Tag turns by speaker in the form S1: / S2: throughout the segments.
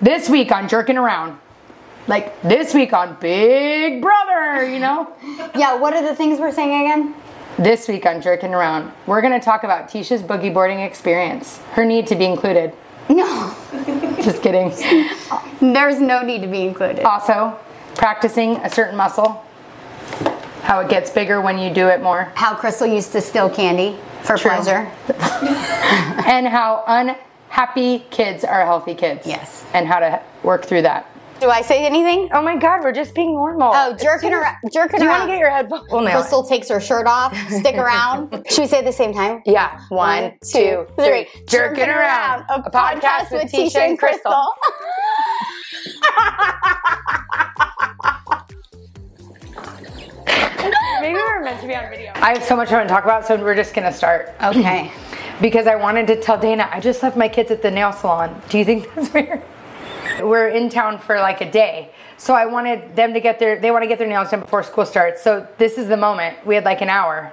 S1: This week on Jerking Around. Like this week on Big Brother, you know?
S2: Yeah, what are the things we're saying again?
S1: this week on Jerking Around, we're going to talk about Tisha's boogie boarding experience, her need to be included.
S2: No,
S1: Just kidding.
S2: there's no need to be included.
S1: Also, practicing a certain muscle, how it gets bigger when you do it more,
S2: How Crystal used to steal candy for
S1: True.
S2: pleasure.
S1: and how unhappy kids are healthy kids.
S2: Yes.
S1: And how to work through that.
S2: Do I say anything?
S1: Oh my God, we're just being normal.
S2: Oh, jerking around. Jerking
S1: Do you want
S2: around.
S1: to get your head Well, no.
S2: Crystal takes her shirt off. Stick around. Should we say it at the same time?
S1: Yeah. One, two, three. Jerking around. A podcast with Tisha and Crystal.
S3: Maybe we were meant to be on video.
S1: I have so much I want to talk about, so we're just going to start.
S2: Okay.
S1: because I wanted to tell Dana I just left my kids at the nail salon. Do you think that's weird? We're in town for like a day. So I wanted them to get their they want to get their nails done before school starts. So this is the moment. We had like an hour.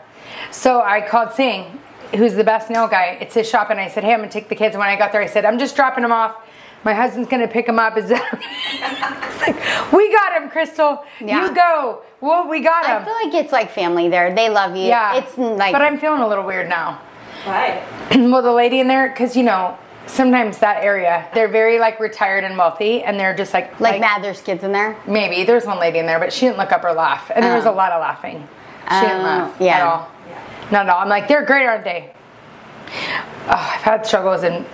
S1: So I called Singh, who's the best nail guy. It's his shop and I said, "Hey, I'm going to take the kids." And when I got there, I said, "I'm just dropping them off. My husband's going to pick them up." Is that It's like, "We got him, Crystal.
S2: Yeah.
S1: You go." Well, we got
S2: I
S1: him.
S2: feel like it's like family there. They love you.
S1: yeah.
S2: It's like.
S1: But I'm feeling a little weird now.
S3: Why?
S1: well, the lady in there, because you know, sometimes that area, they're very like retired and wealthy, and they're just like
S2: like mad there's kids in there.
S1: Maybe there's one lady in there, but she didn't look up or laugh, and there was a
S2: Oh.
S1: lot of laughing. She didn't
S2: Oh,
S1: laugh at
S2: yeah.
S1: all. Not at all. I'm like, they're great, aren't they? Oh, I've had struggles in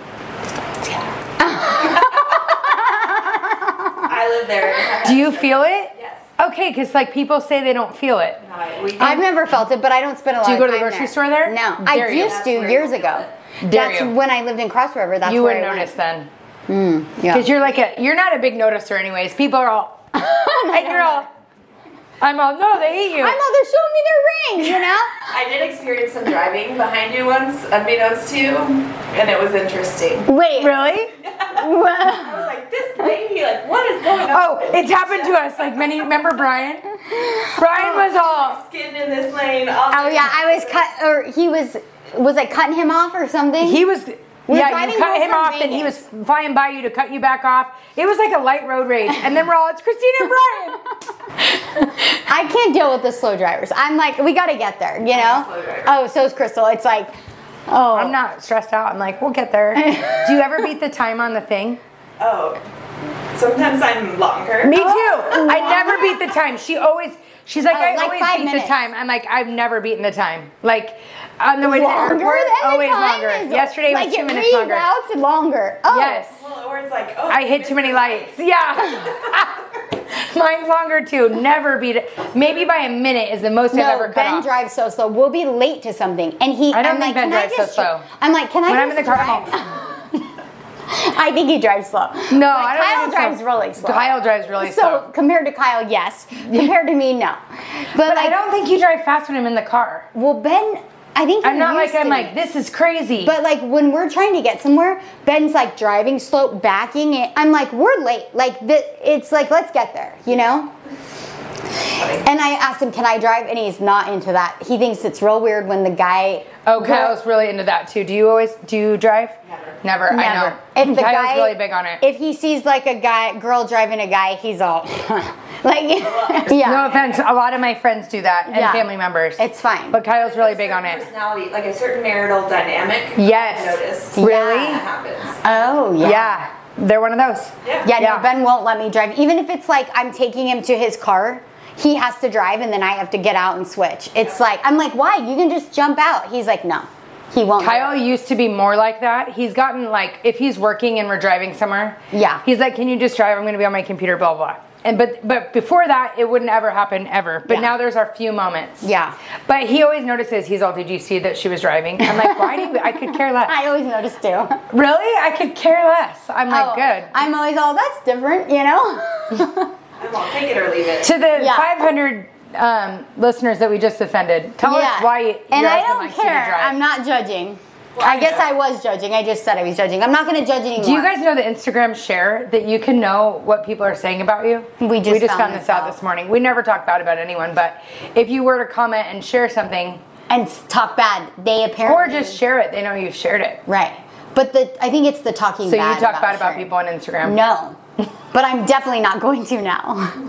S3: I live there.
S1: Do you feel it?
S3: Yes.
S1: Okay, because like people say they don't feel it.
S2: I've never felt it, but I don't spend a lot
S1: you
S2: of
S1: go
S2: time
S1: to the grocery store there?
S2: No.
S1: Dare
S2: I
S1: you.
S2: used to
S3: That's where
S2: years
S3: you
S2: ago.
S1: it. Dare
S2: That's
S1: you.
S2: when I lived in Cross River. That's
S1: you
S2: where
S1: wouldn't
S2: I
S1: notice
S2: went.
S1: then,
S2: Yeah.
S1: because you're like a you're not a big noticer, anyways. People are all and you're all. I'm all no, they hate you.
S2: My mother showed me their ring, you know?
S3: I did experience some driving behind you once, unbeknownst to you, and it was interesting.
S2: Wait.
S1: really?
S3: I was like, this lady, like, what is going on?
S1: Oh, it's happened to us. Like many, remember Brian? Brian was all.
S3: Skidding in this lane. All
S2: Oh yeah, I was cut, or he was, was I cutting him off or something?
S1: He was.
S2: We're
S1: yeah, you
S2: driving
S1: cut
S2: home
S1: him
S2: from
S1: off, and he was
S2: Vegas.
S1: flying by you to cut you back off. It was like a light road rage, and then we're all, it's Christina and Brian.
S2: I can't deal with the slow drivers. I'm like, we gotta get there, you know?
S3: slow driver.
S2: Oh, so is Crystal. It's like, oh,
S1: I'm not stressed out. I'm like, we'll get there. Do you ever beat the time on the thing?
S3: Oh. Sometimes I'm longer.
S1: Me too. I never beat the time. She always. She's like,
S2: Oh,
S1: I
S2: like
S1: always
S2: five
S1: beat
S2: minutes.
S1: the time. I'm like, I've never beaten the time. Like, on the way to the
S2: longer
S1: airport,
S2: than the
S1: always
S2: time
S1: longer.
S2: is-
S1: Yesterday
S2: like
S1: was two
S2: it
S1: minutes longer.
S2: reroutes longer. Oh,
S1: Yes.
S3: Well, or it's like, oh.
S1: I hit too many lights. Yeah. Mine's longer too. Never beat it. Maybe by a minute is the most I've
S2: No,
S1: ever cut
S2: Ben
S1: off.
S2: drives so slow. We'll be late to something, and he.
S1: I don't
S2: am
S1: think
S2: like,
S1: Ben
S2: can I
S1: drives so
S2: just dri-"
S1: slow.
S2: I'm like, can I?
S1: when I'm in
S2: just
S1: the car, oh, I'm
S2: drive?
S1: all,
S2: I think he drives
S1: no,
S2: slow. But
S1: I don't
S2: Kyle
S1: think so.
S2: drives really slow.
S1: Kyle drives really
S2: so
S1: slow.
S2: compared to Kyle, yes. Compared to me, no. But,
S1: But
S2: like,
S1: I don't think you drive fast when I'm in the car.
S2: Well, Ben, I think
S1: I'm
S2: you're
S1: not like
S2: used
S1: I'm
S2: to
S1: like
S2: it.
S1: this is crazy.
S2: But like when we're trying to get somewhere, Ben's like driving slow, backing it. I'm like, we're late. Like th- it's like let's get there, you know. And I asked him, "Can I drive?" And he's not into that. He thinks it's real weird when the guy.
S1: oh, Kyle's really into that too. Do you always do you drive? Never. Never. I know.
S2: If the
S1: Kyle's
S2: guy
S1: really big on it.
S2: If he sees like a guy, girl driving a guy, he's all like, yeah.
S1: no offense, a lot of my friends do that and
S2: Yeah.
S1: family members.
S2: It's fine.
S1: But Kyle's really big
S3: There's a certain
S1: on it.
S3: Personality, like a certain marital dynamic.
S1: Yes.
S3: I noticed.
S1: Really?
S3: That happens.
S2: oh yeah.
S1: Yeah, they're one of those.
S2: Yeah,
S1: Yeah.
S2: no, Ben won't let me drive. Even if it's like I'm taking him to his car, he has to drive and then I have to get out and switch. It's like, I'm like, why? You can just jump out. He's like, no, he won't. do
S1: Kyle
S2: it.
S1: used to be more like that. He's gotten like if he's working and we're driving somewhere.
S2: Yeah.
S1: He's like, "Can you just drive? I'm going to be on my computer." Blah blah. And but but before that, it wouldn't ever happen ever. But
S2: Yeah.
S1: now there's our few moments.
S2: Yeah.
S1: But he always notices. He's all, "Did you see that she was driving?" I'm like, "Why do you? I could care less."
S2: I always notice too. Like,
S1: really? I could care less. I'm like,
S2: Oh,
S1: "Good."
S2: I'm always all, that's different, you know?
S3: I'm all take it or leave it.
S1: to the
S2: Yeah.
S1: 500 um, listeners that we just offended, tell us why your
S2: And I
S1: husband
S2: don't
S1: likes you to
S2: care.
S1: drive.
S2: I'm not judging.
S3: Well,
S2: I
S3: I
S2: guess
S3: know.
S2: I was judging. I just said I was judging. I'm not going to judge anymore.
S1: Do you guys know the Instagram share that you can know what people are saying about you?
S2: We just
S1: found,
S2: found
S1: this
S2: this
S1: out
S2: out.
S1: this morning. We never talk bad about anyone, but if you were to comment and share something
S2: and talk bad. They apparently
S1: or just share it, they know you've shared it.
S2: Right. But the I think it's the talking.
S1: So
S2: bad
S1: you talk
S2: about
S1: bad about
S2: Sharon.
S1: people on Instagram.
S2: No, but I'm definitely not going to now.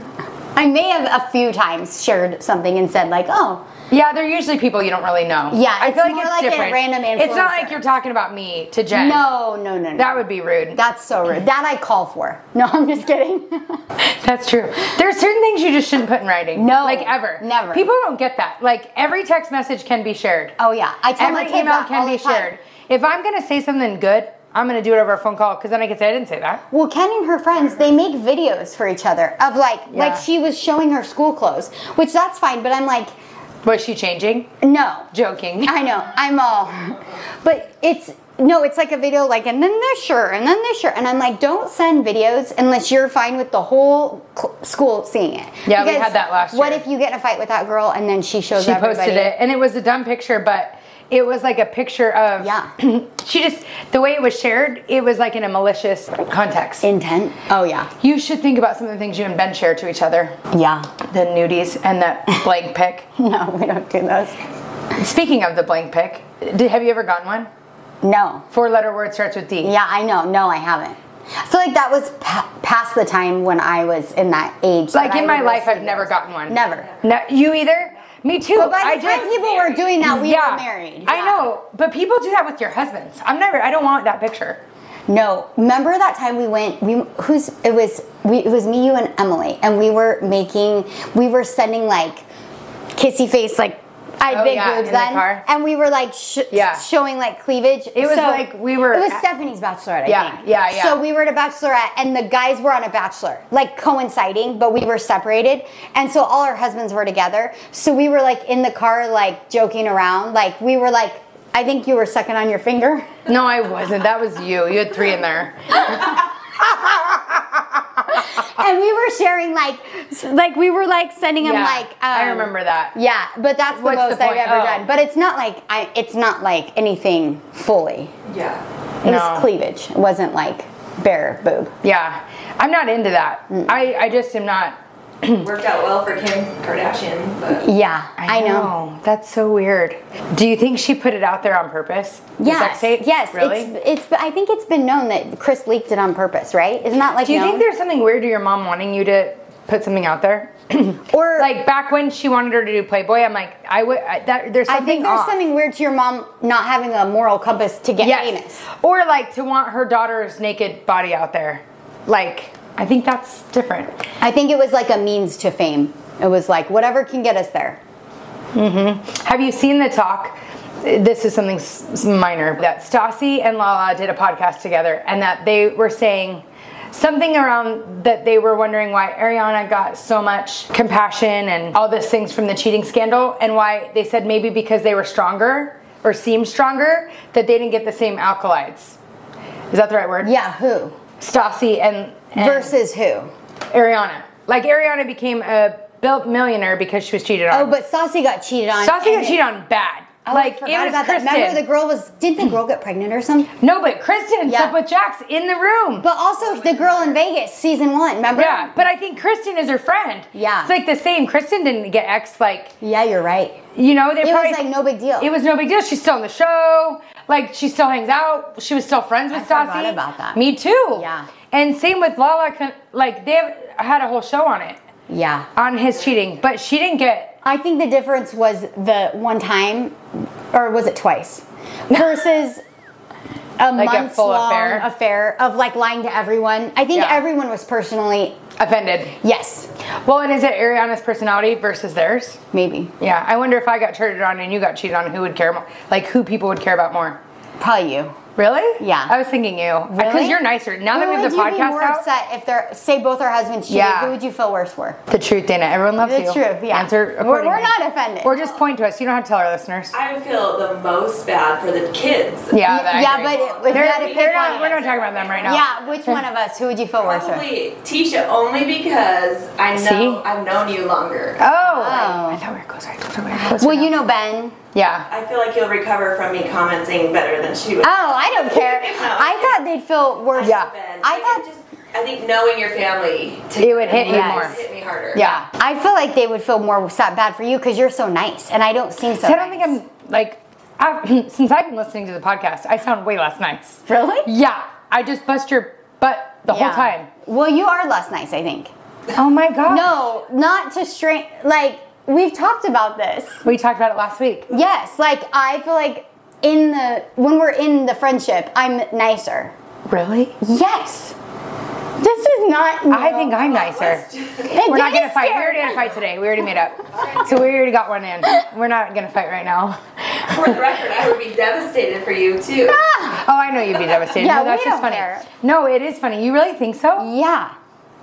S2: I may have a few times shared something and said like, "Oh,
S1: Yeah, they're usually people you don't really know.
S2: Yeah,
S1: I feel
S2: it's more like a random
S1: It's not
S2: influencer.
S1: like you're talking about me to Jen.
S2: no, no, no, no."
S1: That would be rude.
S2: That's so rude. That I call for. No, I'm just kidding.
S1: That's true. There's certain things you just shouldn't put in writing.
S2: No,
S1: Like ever.
S2: never.
S1: People don't get that. Like every text message can be shared.
S2: oh yeah, I tell my
S1: every
S2: kids
S1: email
S2: that all
S1: can be
S2: the time.
S1: shared. If I'm gonna say something good, I'm gonna do it over a phone call because then I can say I didn't say that.
S2: Well, Ken and her friends, they make videos for each other of like,
S1: Yeah.
S2: like she was showing her school clothes, which that's fine. But I'm like,
S1: Was she changing?
S2: no,
S1: Joking.
S2: I know. I'm all. But it's no, it's like a video like and then this shirt and then this shirt and I'm like don't send videos unless you're fine with the whole cl- school seeing it.
S1: Yeah, we had that last
S2: What
S1: year.
S2: if you get in a fight with that girl and then she shows
S1: She
S2: everybody?
S1: posted it and it was a dumb picture, but it was like a picture of
S2: Yeah.
S1: she just the way it was shared, it was like in a malicious context.
S2: Intent? Oh yeah.
S1: You should think about some of the things you and Ben share to each other.
S2: Yeah.
S1: The nudies and that blank pic.
S2: No, we don't do those.
S1: Speaking of the blank pic, did, have you ever gotten one?
S2: No.
S1: Four letter word starts with D.
S2: Yeah, I know. No, I haven't. I feel like that was pa- past the time when I was in that age.
S1: Like in
S2: that I
S1: my
S2: would
S1: life,
S2: receive
S1: I've never
S2: those.
S1: gotten one.
S2: Never.
S1: No, you either? Me too.
S2: But by the
S1: I
S2: time
S1: just-
S2: people were doing that, we were married.
S1: I
S2: Yeah.
S1: know, but people do that with your husbands. I'm never. I don't want that picture.
S2: No, remember that time we went? We who's it was? We it was me, you, and Emily, and we were making, we were sending like kissy face, like I had
S1: Oh,
S2: big
S1: yeah,
S2: boobs
S1: in the
S2: then,
S1: car.
S2: and we were like sh-
S1: Yeah.
S2: showing like cleavage.
S1: It was like we were
S2: It was
S1: at-
S2: Stephanie's bachelorette. I
S1: Yeah,
S2: think.
S1: yeah, yeah.
S2: So we were at a bachelorette, and the guys were on a bachelor, like coinciding, but we were separated, and so all our husbands were together. So we were like in the car, like joking around, like we were like. I think you were sucking on your finger.
S1: No, I wasn't. That was you. You had three in there.
S2: and we were sharing like s- like we were like sending him
S1: Uh, Yeah,
S2: like um,
S1: I remember that.
S2: yeah but that's the
S1: What's the
S2: most i've
S1: point?
S2: ever
S1: Oh.
S2: done but it's not like i it's not like anything fully
S3: Yeah.
S2: it
S1: No.
S2: was cleavage it wasn't like bare boob
S1: Yeah, I'm not into that. I I just am not.
S3: Worked out well for Kim Kardashian, but
S2: yeah i, know,
S1: That's so weird. Do you think she put it out there on purpose? The
S2: Yes.
S1: sex tape?
S2: Yes.
S1: Really?
S2: It's, it's. I think it's been known that Chris leaked it on purpose, right? Isn't that like?
S1: Do you
S2: known?
S1: think there's something weird to your mom wanting you to put something out there?
S2: Or
S1: like back when she wanted her to do Playboy, I'm like, I would. I, that, there's
S2: I
S1: something.
S2: think there's
S1: off.
S2: something weird to your mom not having a moral compass to get
S1: Yes.
S2: famous.
S1: Or like to want her daughter's naked body out there. Like, I think that's different.
S2: I think it was like a means to fame. It was like whatever can get us there.
S1: Have you seen the talk? This is something s- minor that Stassi and Lala did a podcast together, and that they were saying something around that they were wondering why Ariana got so much compassion and all these things from the cheating scandal, and why they said maybe because they were stronger or seemed stronger that they didn't get the same alkalides. Is that the right word?
S2: Yeah, who?
S1: Stassi and, and
S2: Versus who?
S1: Ariana. Like Ariana became a built millionaire because she was cheated
S2: Oh,
S1: on.
S2: but Saucy got cheated on.
S1: Stassi Um, got
S2: and-
S1: cheated on bad.
S2: Oh, I
S1: like
S2: forgot
S1: it was
S2: about that.
S1: Kristen.
S2: Remember the girl was didn't the girl get pregnant or something?
S1: no, but Kristen
S2: Yeah.
S1: slept with Jax in the room.
S2: But also the girl in Vegas, season one, remember?
S1: yeah, but I think Kristen is her friend.
S2: Yeah.
S1: it's like the same. Kristen didn't get ex. Like
S2: Yeah, you're right.
S1: you know, they
S2: It
S1: probably
S2: was like no big deal.
S1: It was no big deal. She's still on the show. Like she still hangs out. She was still friends with
S2: I forgot
S1: Stassi.
S2: about that.
S1: Me too.
S2: Yeah.
S1: And same with Lala. Con- Like they have, had a whole show on it,
S2: yeah.
S1: on his cheating, but she didn't get
S2: I think the difference was the one time, or was it twice, versus a
S1: Like a
S2: months
S1: full
S2: long
S1: affair?
S2: of like lying to everyone. I think
S1: Yeah.
S2: everyone was personally
S1: offended.
S2: yes,
S1: Well, and is it Ariana's personality versus theirs?
S2: maybe
S1: Yeah, I wonder if I got cheated on and you got cheated on, who would care more? Like, who people would care about more?
S2: probably you.
S1: Really?
S2: Yeah.
S1: I was thinking you. Because
S2: Really?
S1: you're nicer. Now that
S2: Who
S1: we have the
S2: would you be
S1: podcast
S2: more
S1: out.
S2: upset if they're say both our husbands cheated?
S1: Yeah.
S2: Who would you feel worse for?
S1: The truth, Dana. Everyone loves
S2: The
S1: you.
S2: truth, yeah.
S1: Answer
S2: We're- we're
S1: accordingly.
S2: not offended.
S1: Or just point to us. You don't have to tell our listeners.
S3: I feel the most bad for the kids.
S1: Yeah, that I
S2: yeah,
S1: agree.
S2: but if you
S1: they're,
S2: had to pick
S1: they're
S2: one
S1: not,
S2: of
S1: we're
S2: us.
S1: not talking about them right now.
S2: Yeah, which one of us? Who would you feel worse for?
S3: Probably Tisha only because I know
S1: See?
S3: I've known you longer.
S1: Oh.
S2: Oh.
S1: I thought we were closer. I thought we were closer.
S2: Well,
S1: now.
S2: you know Ben.
S1: Yeah.
S3: I feel like you'll recover from me commenting better than she would.
S2: Oh, I don't care. I thought they'd feel worse.
S1: Yeah.
S3: Ben.
S2: I
S3: think
S2: thought.
S3: just I think knowing your family
S1: It would hit you
S3: would
S1: more.
S3: hit me harder.
S1: Yeah.
S2: I feel like they would feel more sad, bad for you because you're so nice, and I don't seem so.
S1: So I don't
S2: nice.
S1: think I'm like I, since I've been listening to the podcast, I sound way less nice.
S2: Really?
S1: Yeah, I just bust your butt the whole time.
S2: Well, you are less nice, I think.
S1: Oh my god.
S2: No, not to strain. Like we've talked about this.
S1: We talked about it last week.
S2: Yes, like I feel like in the when we're in the friendship, I'm nicer.
S1: Really?
S2: Yes. This is not.
S1: I think I'm nicer.
S2: Hey,
S1: We're not
S2: Danny's
S1: gonna fight. We
S2: scared.
S1: already had a fight today. We already made up. So we already got one in. We're not gonna fight right now.
S3: For the record, I would be devastated for you too.
S2: Ah,
S1: Oh, I know you'd be devastated.
S2: Yeah,
S1: no, that's
S2: we
S1: just
S2: don't
S1: funny.
S2: care.
S1: No, it is funny. You really think so?
S2: yeah.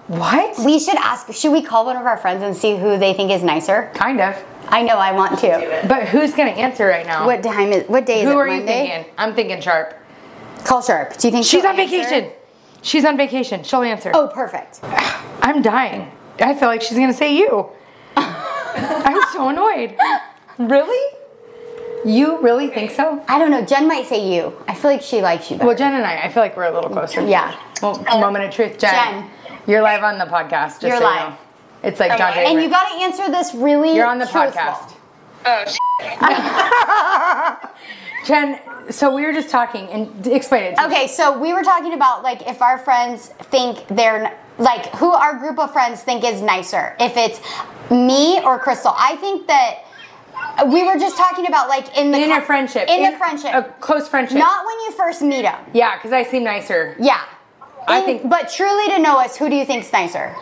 S1: What?
S2: We should ask. Should we call one of our friends and see who they think is nicer?
S1: kind of.
S2: I know I want
S3: Do
S2: to.
S3: it.
S1: But who's gonna answer right now?
S2: What time is? What day is it?
S1: Who are you
S2: Monday?
S1: thinking? I'm thinking Sharp.
S2: Call Sharp. Do you think
S1: She's
S2: she'll
S1: on
S2: answer?
S1: vacation. She's on vacation. She'll answer.
S2: Oh, perfect.
S1: I'm dying. I feel like she's gonna say you. I'm so annoyed. Really? You really think so?
S2: I don't know. Jen might say you. I feel like she likes you. Better.
S1: Well, Jen and I, I feel like we're a little closer.
S2: yeah.
S1: Well, moment of truth, Jen.
S2: Jen.
S1: You're live on the podcast. Just
S2: You're
S1: so you
S2: live.
S1: know. It's like John.
S2: And you got to answer this really.
S1: You're on the
S2: truthful.
S1: podcast.
S4: Oh, sh-
S1: Jen, so we were just talking and d- explain it. To
S2: Okay, so we were talking about like if our friends think they're n- like who our group of friends think is nicer, if it's me or Crystal. I think that we were just talking about like in the
S1: me. In
S2: co-
S1: a friendship.
S2: in, a friendship,
S1: A close friendship.
S2: not when you first meet them.
S1: yeah, because I seem nicer.
S2: Yeah,
S1: I
S2: In-
S1: think-
S2: But truly, to know us, who do you think's nicer?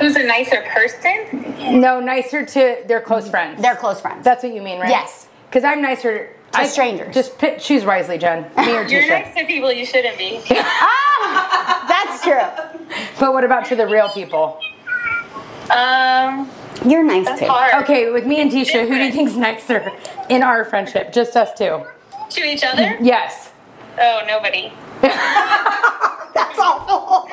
S4: who's a nicer person?
S1: No, nicer to their close friends.
S2: They're close friends.
S1: That's what you mean, right?
S2: Yes.
S1: Because I'm nicer to
S2: strangers.
S1: Just pick, choose wisely, Jen. Me or
S4: You're
S1: Tisha.
S4: nice to people you shouldn't be.
S2: ah, that's true.
S1: But what about to the real people?
S4: Um,
S2: You're nice
S4: that's
S2: too.
S4: hard.
S1: Okay, with me and Tisha, who do you think's nicer in our friendship? Just us two.
S4: To each other?
S1: Yes.
S4: Oh, nobody.
S2: That's awful.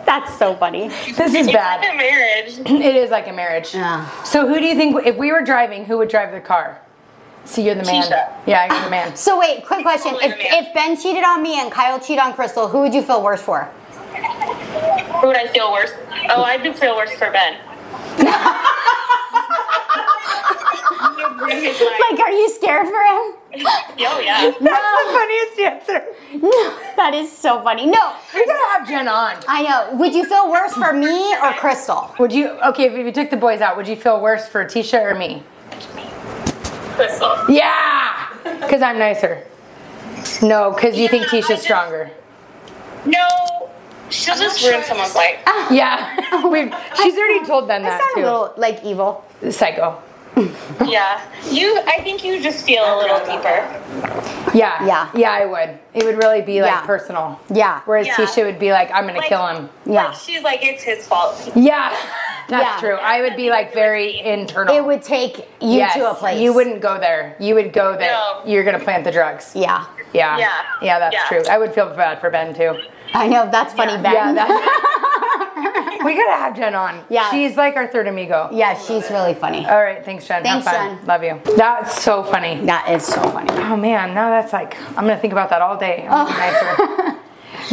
S2: that's so funny.
S1: This is
S4: It's
S1: bad.
S4: like a marriage.
S1: It is like a marriage.
S2: Yeah.
S1: So who do you think if we were driving, who would drive the car? See, you're the man.
S4: Tisha.
S1: Yeah, you're the man.
S2: So wait, quick question.
S4: Totally
S2: If,
S4: the man.
S2: if Ben cheated on me and Kyle cheated on Crystal, who would you feel worse for?
S4: Who would I feel worse? Oh, I do feel worse for Ben. He's like,
S2: Like, are you scared for him?
S4: oh yeah.
S1: That's the funniest answer.
S2: No, that is so funny. No,
S1: We're gonna have Jen on.
S2: I know. Would you feel worse for me or Crystal?
S1: Would you? Okay, if you took the boys out, would you feel worse for Tisha or me?
S4: Crystal.
S1: Yeah, because I'm nicer. No, because you think
S4: Yeah, I
S1: Tisha's
S4: just-
S1: stronger.
S4: No, she'll just ruin someone's life.
S1: Yeah, we've. She's already told them
S2: I
S1: that
S2: sound
S1: too.
S2: a little like evil.
S1: Psycho.
S4: Yeah. You, I think you just feel a little deeper.
S1: Yeah.
S2: Yeah.
S1: Yeah, I would. It would really be like
S2: Yeah.
S1: personal.
S2: Yeah.
S1: Whereas
S4: Yeah.
S1: Tisha would be like, I'm gonna
S4: Like-
S1: kill him.
S2: Yeah.
S4: Like, she's like, it's his fault.
S1: Yeah, that's
S2: Yeah.
S1: true. I would be like very internal.
S2: It would take you
S1: Yes,
S2: to a place.
S1: You wouldn't go there. You would go there.
S4: No.
S1: You're gonna plant the drugs.
S2: Yeah.
S1: Yeah.
S4: Yeah.
S1: Yeah, that's
S4: Yeah.
S1: true. I would feel bad for Ben too.
S2: I know. That's funny, Ben.
S1: Yeah, that- we gotta have Jen on.
S2: Yeah.
S1: She's like our third amigo.
S2: Yeah, she's really funny.
S1: All right, thanks, Jen.
S2: Thanks,
S1: Have fun.
S2: Jen.
S1: Love you. That's so funny.
S2: That is so funny.
S1: Oh man, now that's like I'm gonna think about that all day. I'm gonna be nicer.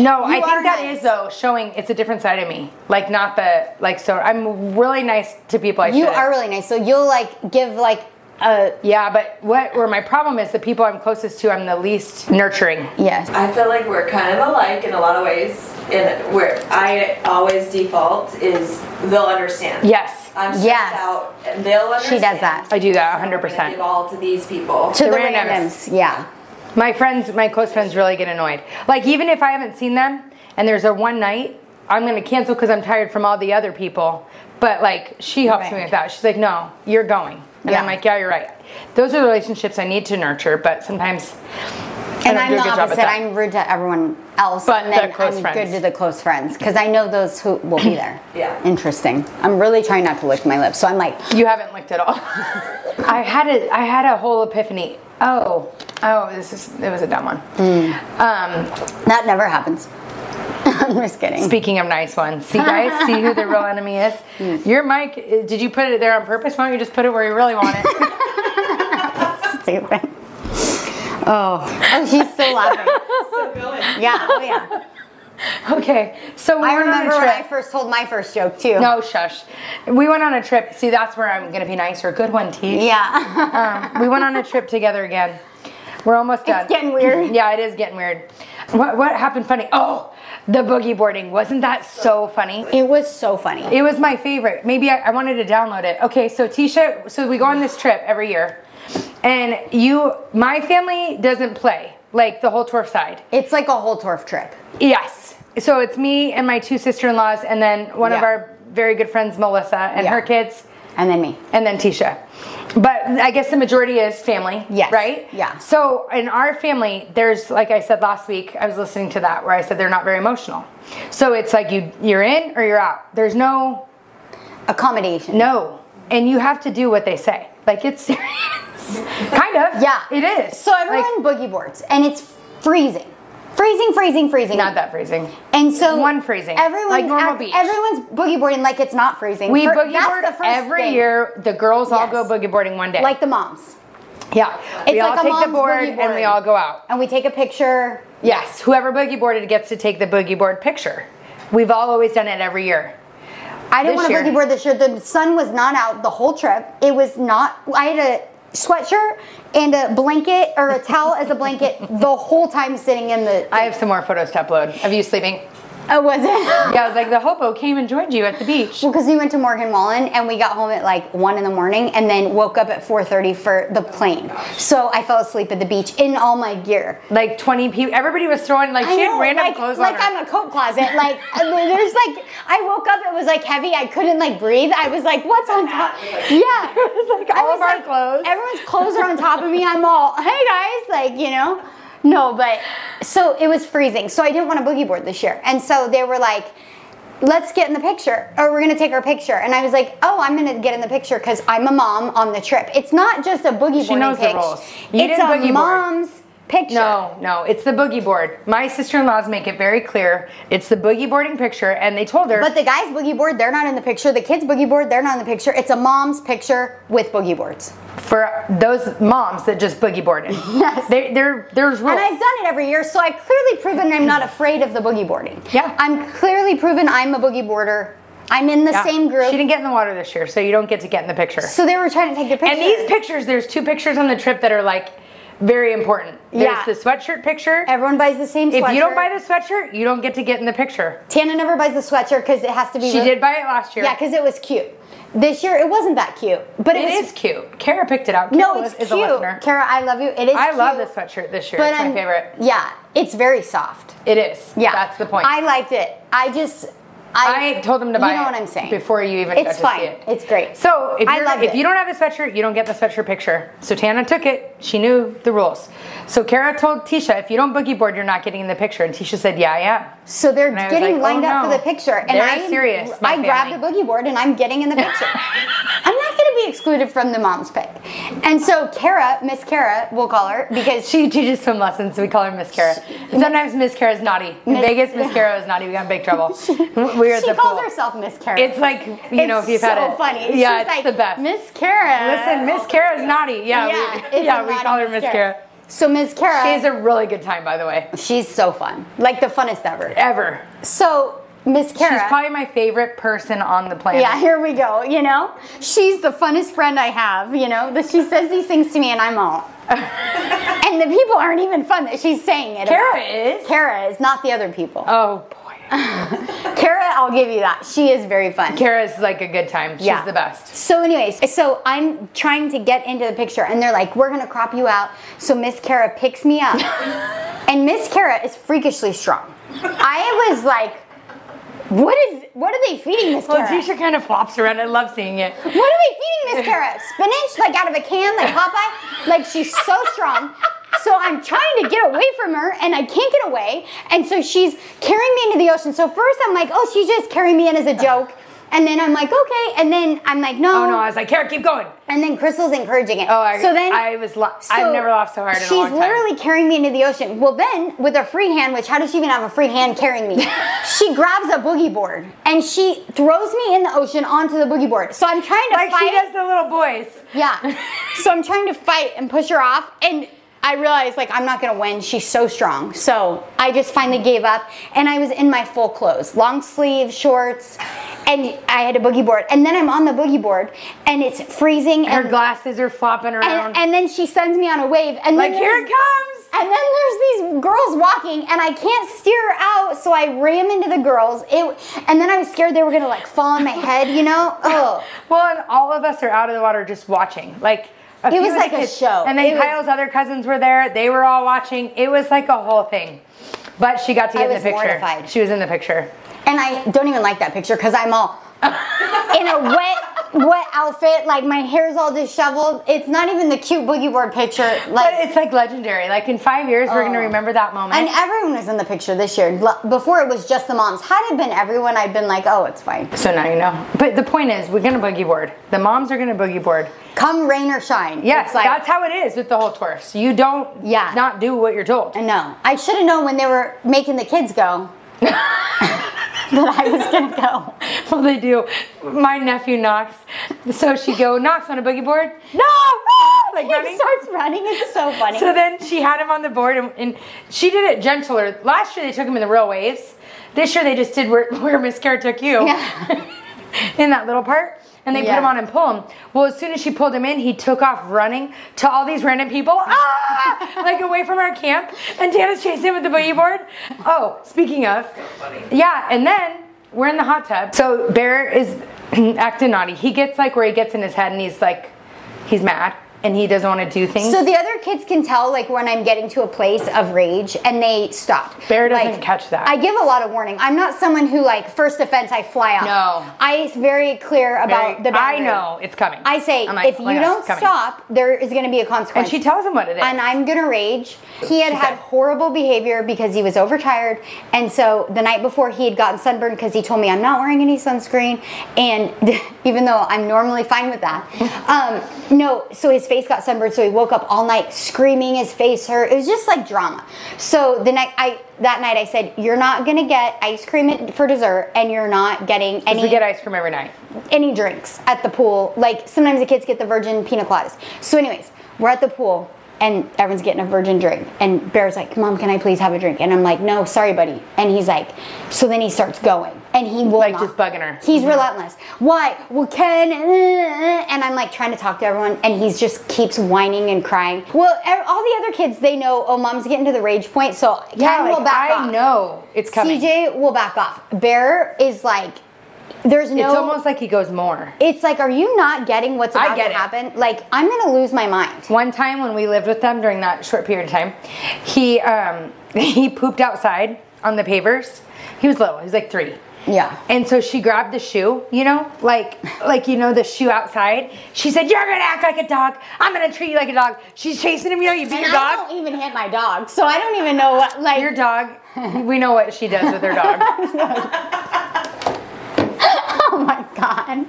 S1: No, I
S2: Oh. are
S1: think that is
S2: nice.
S1: though showing it's a different side of me. Like not the like so I'm really nice to people I
S2: You
S1: shouldn't.
S2: are really nice. So you'll like give like a
S1: Yeah, but what where my problem is the people I'm closest to I'm the least nurturing.
S2: yes.
S3: I feel like we're kind of alike in a lot of ways, and where I always default is they'll understand.
S1: Yes.
S3: I'm stressed
S2: Yes.
S3: out, and they'll
S2: She
S3: understand.
S2: does that.
S1: I do that
S3: I'm gonna
S1: 100%.
S3: Give all to these people.
S2: To the,
S1: The randoms.
S2: randoms. Yeah.
S1: My friends, my close friends really get annoyed. Like even if I haven't seen them and there's a one night, I'm going to cancel cuz I'm tired from all the other people. But like she helps me
S2: Right.
S1: with that. She's like, "No, you're going." And I'm
S2: Yeah.
S1: like, "Yeah, you're right." Those are the relationships I need to nurture, but sometimes
S2: And
S1: I don't
S2: I'm
S1: do a
S2: the
S1: good job at
S2: opposite.
S1: that.
S2: I'm rude to everyone else,
S1: But
S2: and then
S1: the close
S2: I'm
S1: friends.
S2: good to the close friends because I know those who will be there.
S3: Yeah.
S2: Interesting. I'm really trying not to lick my lips, so I'm like,
S1: You haven't licked at all. I had a I had a whole epiphany. Oh, oh, this is it was a dumb one. Um,
S2: that never happens. I'm just kidding.
S1: Speaking of nice ones, see guys, see who the real enemy is.
S2: Hmm.
S1: Your mic, uh, did you put it there on purpose? Why don't you just put it where you really want it?
S2: Stupid. Oh, oh, she's still laughing. yeah, oh yeah.
S1: Okay, so we
S2: I
S1: went on a
S2: remember when
S1: trip.
S2: I first told my first joke too.
S1: No, shush. We went on a trip. See, that's where I'm gonna be nicer. Good one, Teach.
S2: Yeah.
S1: Um, we went on a trip together again. We're almost done.
S2: getting weird.
S1: yeah, it is getting weird. What what happened funny? Oh, the boogie boarding. Wasn't that so funny?
S2: it was so funny.
S1: It was my favorite. Maybe I, I wanted to download it. Okay, so Tisha, so we go on this trip every year, and you, my family doesn't play like the whole tour side.
S2: it's like a whole torf trip.
S1: Yes. So it's me and my two sister-in-laws, and then one of
S2: Yeah.
S1: our very good friends, Melissa, and
S2: Yeah.
S1: her kids
S2: And then me.
S1: and then Tisha. But I guess the majority is family.
S2: Yes.
S1: Right?
S2: Yeah.
S1: So in our family, there's like I said last week, I was listening to that where I said they're not very emotional. So it's like you you're in or you're out. There's no
S2: Accommodation.
S1: no. And you have to do what they say. Like it's serious. kind of.
S2: Yeah.
S1: It is.
S2: So
S1: Like,
S2: everyone boogie boards and it's freezing. Freezing, freezing, freezing.
S1: not that phrasing.
S2: And so
S1: One freezing,
S2: Everyone's
S1: like normal
S2: act-
S1: beach.
S2: Everyone's boogie boarding like it's not freezing.
S1: We
S2: Fir-
S1: boogie
S2: that's
S1: board
S2: the first
S1: every
S2: thing.
S1: year. The girls all
S2: Yes.
S1: go boogie boarding one day.
S2: Like the moms.
S1: yeah,
S2: It's
S1: we all
S2: like a
S1: take
S2: mom's
S1: the board
S2: boogie
S1: and we
S2: board.
S1: all go out.
S2: And we take a picture.
S1: Yes, whoever boogie boarded gets to take the boogie board picture. We've all always done it every year.
S2: I
S1: This
S2: didn't want to
S1: year.
S2: boogie board this year. The sun was not out the whole trip. It was not. I had a sweatshirt and a blanket or a towel as a blanket the whole time sitting in the.
S1: I have some more photos to upload of you sleeping.
S2: I wasn't.
S1: Yeah, I was like, the hobo came and joined you at the beach.
S2: Because we went to Morgan Wallen and we got home at like one in the morning and then woke up at 4:30 for the plane. So I fell asleep at the beach in all my gear.
S1: Like 20 people, everybody was throwing, like,
S2: I
S1: she had
S2: know,
S1: random
S2: like,
S1: clothes
S2: like
S1: on. her.
S2: I'm a coat closet. Like there's like I woke up, it was like heavy. I couldn't like breathe. I was like, what's on top? Yeah, it was like
S1: all of our clothes.
S2: Everyone's clothes are on top of me. I'm all, hey guys, like you know. No, but so it was freezing. So I didn't want to boogie board this year, and so they were like. Let's get in the picture, or we're gonna take our picture. And I was like, "Oh, I'm gonna get in the picture because I'm a mom on the trip. It's not just a boogie boarding
S1: knows the
S2: pic.
S1: rules. You
S2: it's
S1: didn't
S2: a
S1: boogie board.
S2: mom's picture.
S1: No, no, it's the boogie board. My sister in laws make it very clear it's the boogie boarding picture, and they told her,
S2: But the guys boogie board, they're not in the picture. The kids boogie board, they're not in the picture. It's a mom's picture with boogie boards.
S1: for those moms that just boogie boarded,
S2: Yes.
S1: they, they're, there's rules.
S2: And I've done it every year, so I've clearly proven I'm not afraid of the boogie boarding.
S1: Yeah.
S2: I'm clearly proven I'm a boogie boarder. I'm in the
S1: Yeah.
S2: same group.
S1: She didn't get in the water this year, so you don't get to get in the picture.
S2: so they were trying to take the picture.
S1: And these pictures, there's two pictures on the trip that are like very important. There's
S2: Yeah.
S1: the sweatshirt picture.
S2: Everyone buys the same sweatshirt.
S1: If you don't buy the sweatshirt, you don't get to get in the picture.
S2: Tana never buys the sweatshirt because it has to be.
S1: She
S2: the-
S1: did buy it last year.
S2: Yeah, because it was cute. This year it wasn't that cute, but it,
S1: it
S2: was.
S1: is cute. Kara picked it out.
S2: No,
S1: Kara
S2: it's
S1: is a listener.
S2: cute. Kara, I love you. It is.
S1: I love
S2: cute,
S1: this sweatshirt this year.
S2: But
S1: it's
S2: I'm,
S1: my favorite.
S2: Yeah, it's very soft.
S1: It is.
S2: Yeah,
S1: That's the point.
S2: I liked it. I just,
S1: I
S2: I,
S1: told them to buy
S2: You know
S1: it
S2: what I'm saying?
S1: before you even got
S2: it's
S1: to
S2: fine.
S1: see it.
S2: It's great.
S1: So if,
S2: I
S1: you're,
S2: loved
S1: if
S2: it.
S1: you don't have a sweatshirt, you don't get the sweatshirt picture. So Tana took it. She knew the rules. So Kara told Tisha, if you don't boogie board, you're not getting in the picture. And Tisha said, Yeah, I am.
S2: so they're
S1: And I was
S2: getting
S1: like, oh,
S2: lined up
S1: no.
S2: for the picture, and
S1: They're
S2: I
S1: serious, my
S2: I grabbed
S1: family.
S2: a boogie board and I'm getting in the picture. I'm not going to be excluded from the mom's pick. And so Kara, Miss Kara, we'll call her because she.
S1: She teaches swim lessons, so we call her Miss Kara. Sometimes Miss Kara's naughty. In
S2: Miss-
S1: Vegas, Miss Kara is naughty. We got in big trouble. We were at
S2: she
S1: the
S2: calls
S1: pool.
S2: herself Miss Kara.
S1: It's like, you know, if
S2: It's
S1: you've
S2: so
S1: had it.
S2: funny.
S1: Yeah,
S2: She's
S1: it's
S2: like,
S1: the best.
S2: Miss Kara.
S1: Listen, Miss Kara's naughty. Yeah,
S2: Yeah,
S1: we,
S2: it's
S1: yeah,
S2: a
S1: we
S2: lot
S1: call
S2: of
S1: her Miss Kara.
S2: So Miss Kara,
S1: She has a really good time, by the way.
S2: she's so fun, like the funnest ever.
S1: Ever.
S2: So Miss Kara,
S1: She's probably my favorite person on the planet.
S2: Yeah, here we go. You know, she's the funnest friend I have. You know, that she says these things to me, and I'm all. and the people aren't even fun that she's saying it.
S1: Kara
S2: about.
S1: is.
S2: Kara is not the other people.
S1: Oh, boy. Oh.
S2: Kara, I'll give you that. She is very fun.
S1: Kara's like a good time. She's the best.
S2: So, anyways, so I'm trying to get into the picture, and they're like, "We're gonna crop you out." So Miss Kara picks me up, and Miss Kara is freakishly strong. I was like, "What is? What are they feeding this?"
S1: Well,
S2: Kara?
S1: Tisha kind of flops around. I love seeing it.
S2: What are they feeding Miss Kara? Spinach, like out of a can, like Popeye? Like she's so strong. So I'm trying to get away from her and I can't get away. And so she's carrying me into the ocean. So first I'm like, oh, she's just carrying me in as a joke. And then I'm like, okay. And then I'm like, no.
S1: Oh, no. I was like, Kara, keep going.
S2: and then Crystal's encouraging it.
S1: Oh, I,
S2: so then
S1: I was. Lo-
S2: so
S1: I've never laughed so hard in
S2: She's
S1: a long time.
S2: literally carrying me into the ocean. Well, then with a free hand, which how does she even have a free hand carrying me? she grabs a boogie board and she throws me in the ocean onto the boogie board. So I'm trying to
S1: like
S2: fight.
S1: she does the little boys.
S2: Yeah. so I'm trying to fight and push her off, and I realized like I'm not gonna win. She's so strong. So I just finally gave up and I was in my full clothes, long sleeve, shorts, and I had a boogie board. And then I'm on the boogie board and it's freezing
S1: Her
S2: and
S1: glasses are flopping around.
S2: and, and then she sends me on a wave and
S1: like,
S2: then
S1: here
S2: there's-
S1: it comes.
S2: and then there's these girls walking, and I can't steer out, so I ram into the girls. It, and then I was scared they were gonna like fall on my head, you know? Oh,
S1: Well, and all of us are out of the water just watching. Like a
S2: It
S1: few
S2: was
S1: of the
S2: like a
S1: kids-
S2: show.
S1: And then
S2: It was-
S1: Kyle's other cousins were there. They were all watching. It was like a whole thing. But she got to
S2: I
S1: get in
S2: was
S1: the picture.
S2: mortified.
S1: She was in the picture.
S2: and I don't even like that picture because I'm all in a wet, wet outfit. Like my hair's all disheveled. It's not even the cute boogie board picture.
S1: But
S2: Like,
S1: it's like legendary. Like in five years, we're gonna
S2: Oh.
S1: remember that moment.
S2: and everyone was in the picture this year. Lo- Before it was just the moms. Had it been everyone, I'd been like, oh, it's fine.
S1: so now you know. But the point is, we're gonna boogie board. The moms are gonna boogie board.
S2: Come rain or shine.
S1: Yes,
S2: It's like-
S1: that's how it is with the whole course. You don't
S2: Yeah.
S1: not do what you're told.
S2: No, I should have known when they were making the kids go that I was gonna go.
S1: Well, they do. My nephew knocks. So she go knocks on a boogie board.
S2: No,
S1: Like
S2: he
S1: running?
S2: starts running. It's so funny.
S1: So then she had him on the board, and, and she did it gentler. Last year they took him in the real waves. This year they just did where, where Miss Kara took you,
S2: Yeah.
S1: in that little part, and they put
S2: Yeah.
S1: him on and pull him. Well, as soon as she pulled him in, he took off running to all these random people, ah, like away from our camp. And Tana's chasing him with the boogie board. Oh, speaking of, yeah, and then. We're in the hot tub. So Bear is acting naughty. He gets like where he gets in his head and he's like, he's mad and he doesn't want to do things.
S2: So the other kids can tell like when I'm getting to a place of rage and they stop.
S1: Bear doesn't
S2: Like,
S1: catch that.
S2: I give a lot of warning. I'm not someone who like first offense I fly off.
S1: No.
S2: I is very clear about
S1: Very-
S2: the boundary.
S1: I know it's coming.
S2: I say
S1: I'm like,
S2: if
S1: "Oh my
S2: you
S1: gosh,
S2: don't
S1: it's coming."
S2: stop, there is going to be a
S1: and
S2: consequence.
S1: she tells him what it is.
S2: and I'm gonna rage. He had
S1: She's
S2: had
S1: like-
S2: horrible behavior because he was overtired, and so the night before he had gotten sunburned because he told me I'm not wearing any sunscreen, and even though I'm normally fine with that, um, no. So his face got sunburned, so he woke up all night screaming. His face hurt. It was just like drama. So the night I that night I said you're not gonna get ice cream for dessert, and you're not getting any
S1: we get ice cream every night.
S2: any drinks at the pool. Like sometimes the kids get the virgin pina coladas. So, anyways, we're at the pool and everyone's getting a virgin drink. And Bear's like, Mom, can I please have a drink? And I'm like, No, sorry, buddy. And he's like, So then he starts going. And he will
S1: Like,
S2: not.
S1: just bugging her. Mm-hmm.
S2: He's relentless. Why? Well, Ken. uh, uh," And I'm like trying to talk to everyone, and he's just keeps whining and crying. Well, ev- all the other kids they know. Oh, mom's getting to the rage point, so Ken
S1: like,
S2: will back
S1: I
S2: off.
S1: know it's coming.
S2: CJ will back off. Bear is like, there's no.
S1: it's almost like he goes more.
S2: It's like, are you not getting what's
S1: I
S2: about
S1: get
S2: to
S1: it.
S2: happen? Like, I'm gonna lose my mind.
S1: One time when we lived with them during that short period of time, he um, he pooped outside on the pavers. He was little. He was like three.
S2: Yeah.
S1: And so she grabbed the shoe, you know, like like you know the shoe outside. She said, "You're gonna act like a dog. I'm gonna treat you like a dog." She's chasing him. You know, you beat
S2: And
S1: your
S2: I
S1: dog.
S2: don't even hit my dog, so I don't even know what like.
S1: Your dog, we know what she does with her dog.
S2: oh my god.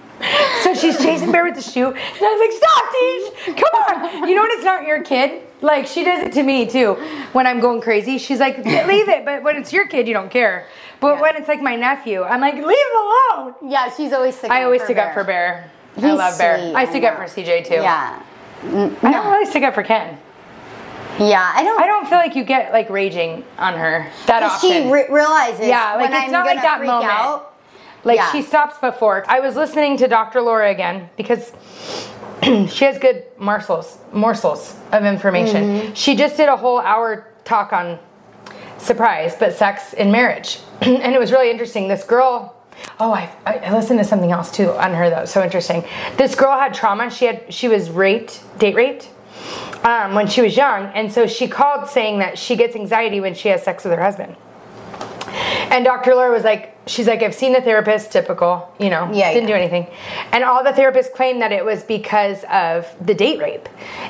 S1: So she's chasing Bear with the shoe. And I was like, stop, Tish! Come on! You know when it's not your kid? Like, she does it to me too when I'm going crazy. She's like, leave it. But when it's your kid, you don't care. But when it's like my nephew, I'm like, leave it alone.
S2: Yeah, she's always sick.
S1: I always stick up for Bear. I
S2: He's
S1: love Bear.
S2: sweet,
S1: I stick
S2: I
S1: up for
S2: know.
S1: CJ too.
S2: Yeah.
S1: I don't really stick up for Ken.
S2: Yeah, I don't.
S1: I don't feel like you get like raging on her that
S2: 'cause
S1: often.
S2: She re- realizes.
S1: Yeah, like,
S2: when
S1: it's
S2: I'm
S1: not like
S2: gonna
S1: that
S2: freak
S1: moment.
S2: out.
S1: Like
S2: Yeah.
S1: she stops before. I was listening to Dr. Laura again because she has good morsels morsels of information. She just did a whole hour talk on surprise, but sex in marriage, and it was really interesting. This girl. Oh, I, I I listened to something else too on her though. So interesting. This girl had trauma. She had she was raped, date raped, um, when she was young, and so she called saying that she gets anxiety when she has sex with her husband. And Dr. Laura was like, she's like, I've seen the therapist, typical, you know,
S2: Yeah,
S1: didn't
S2: yeah.
S1: do anything. And all the therapists claimed that it was because of the date rape.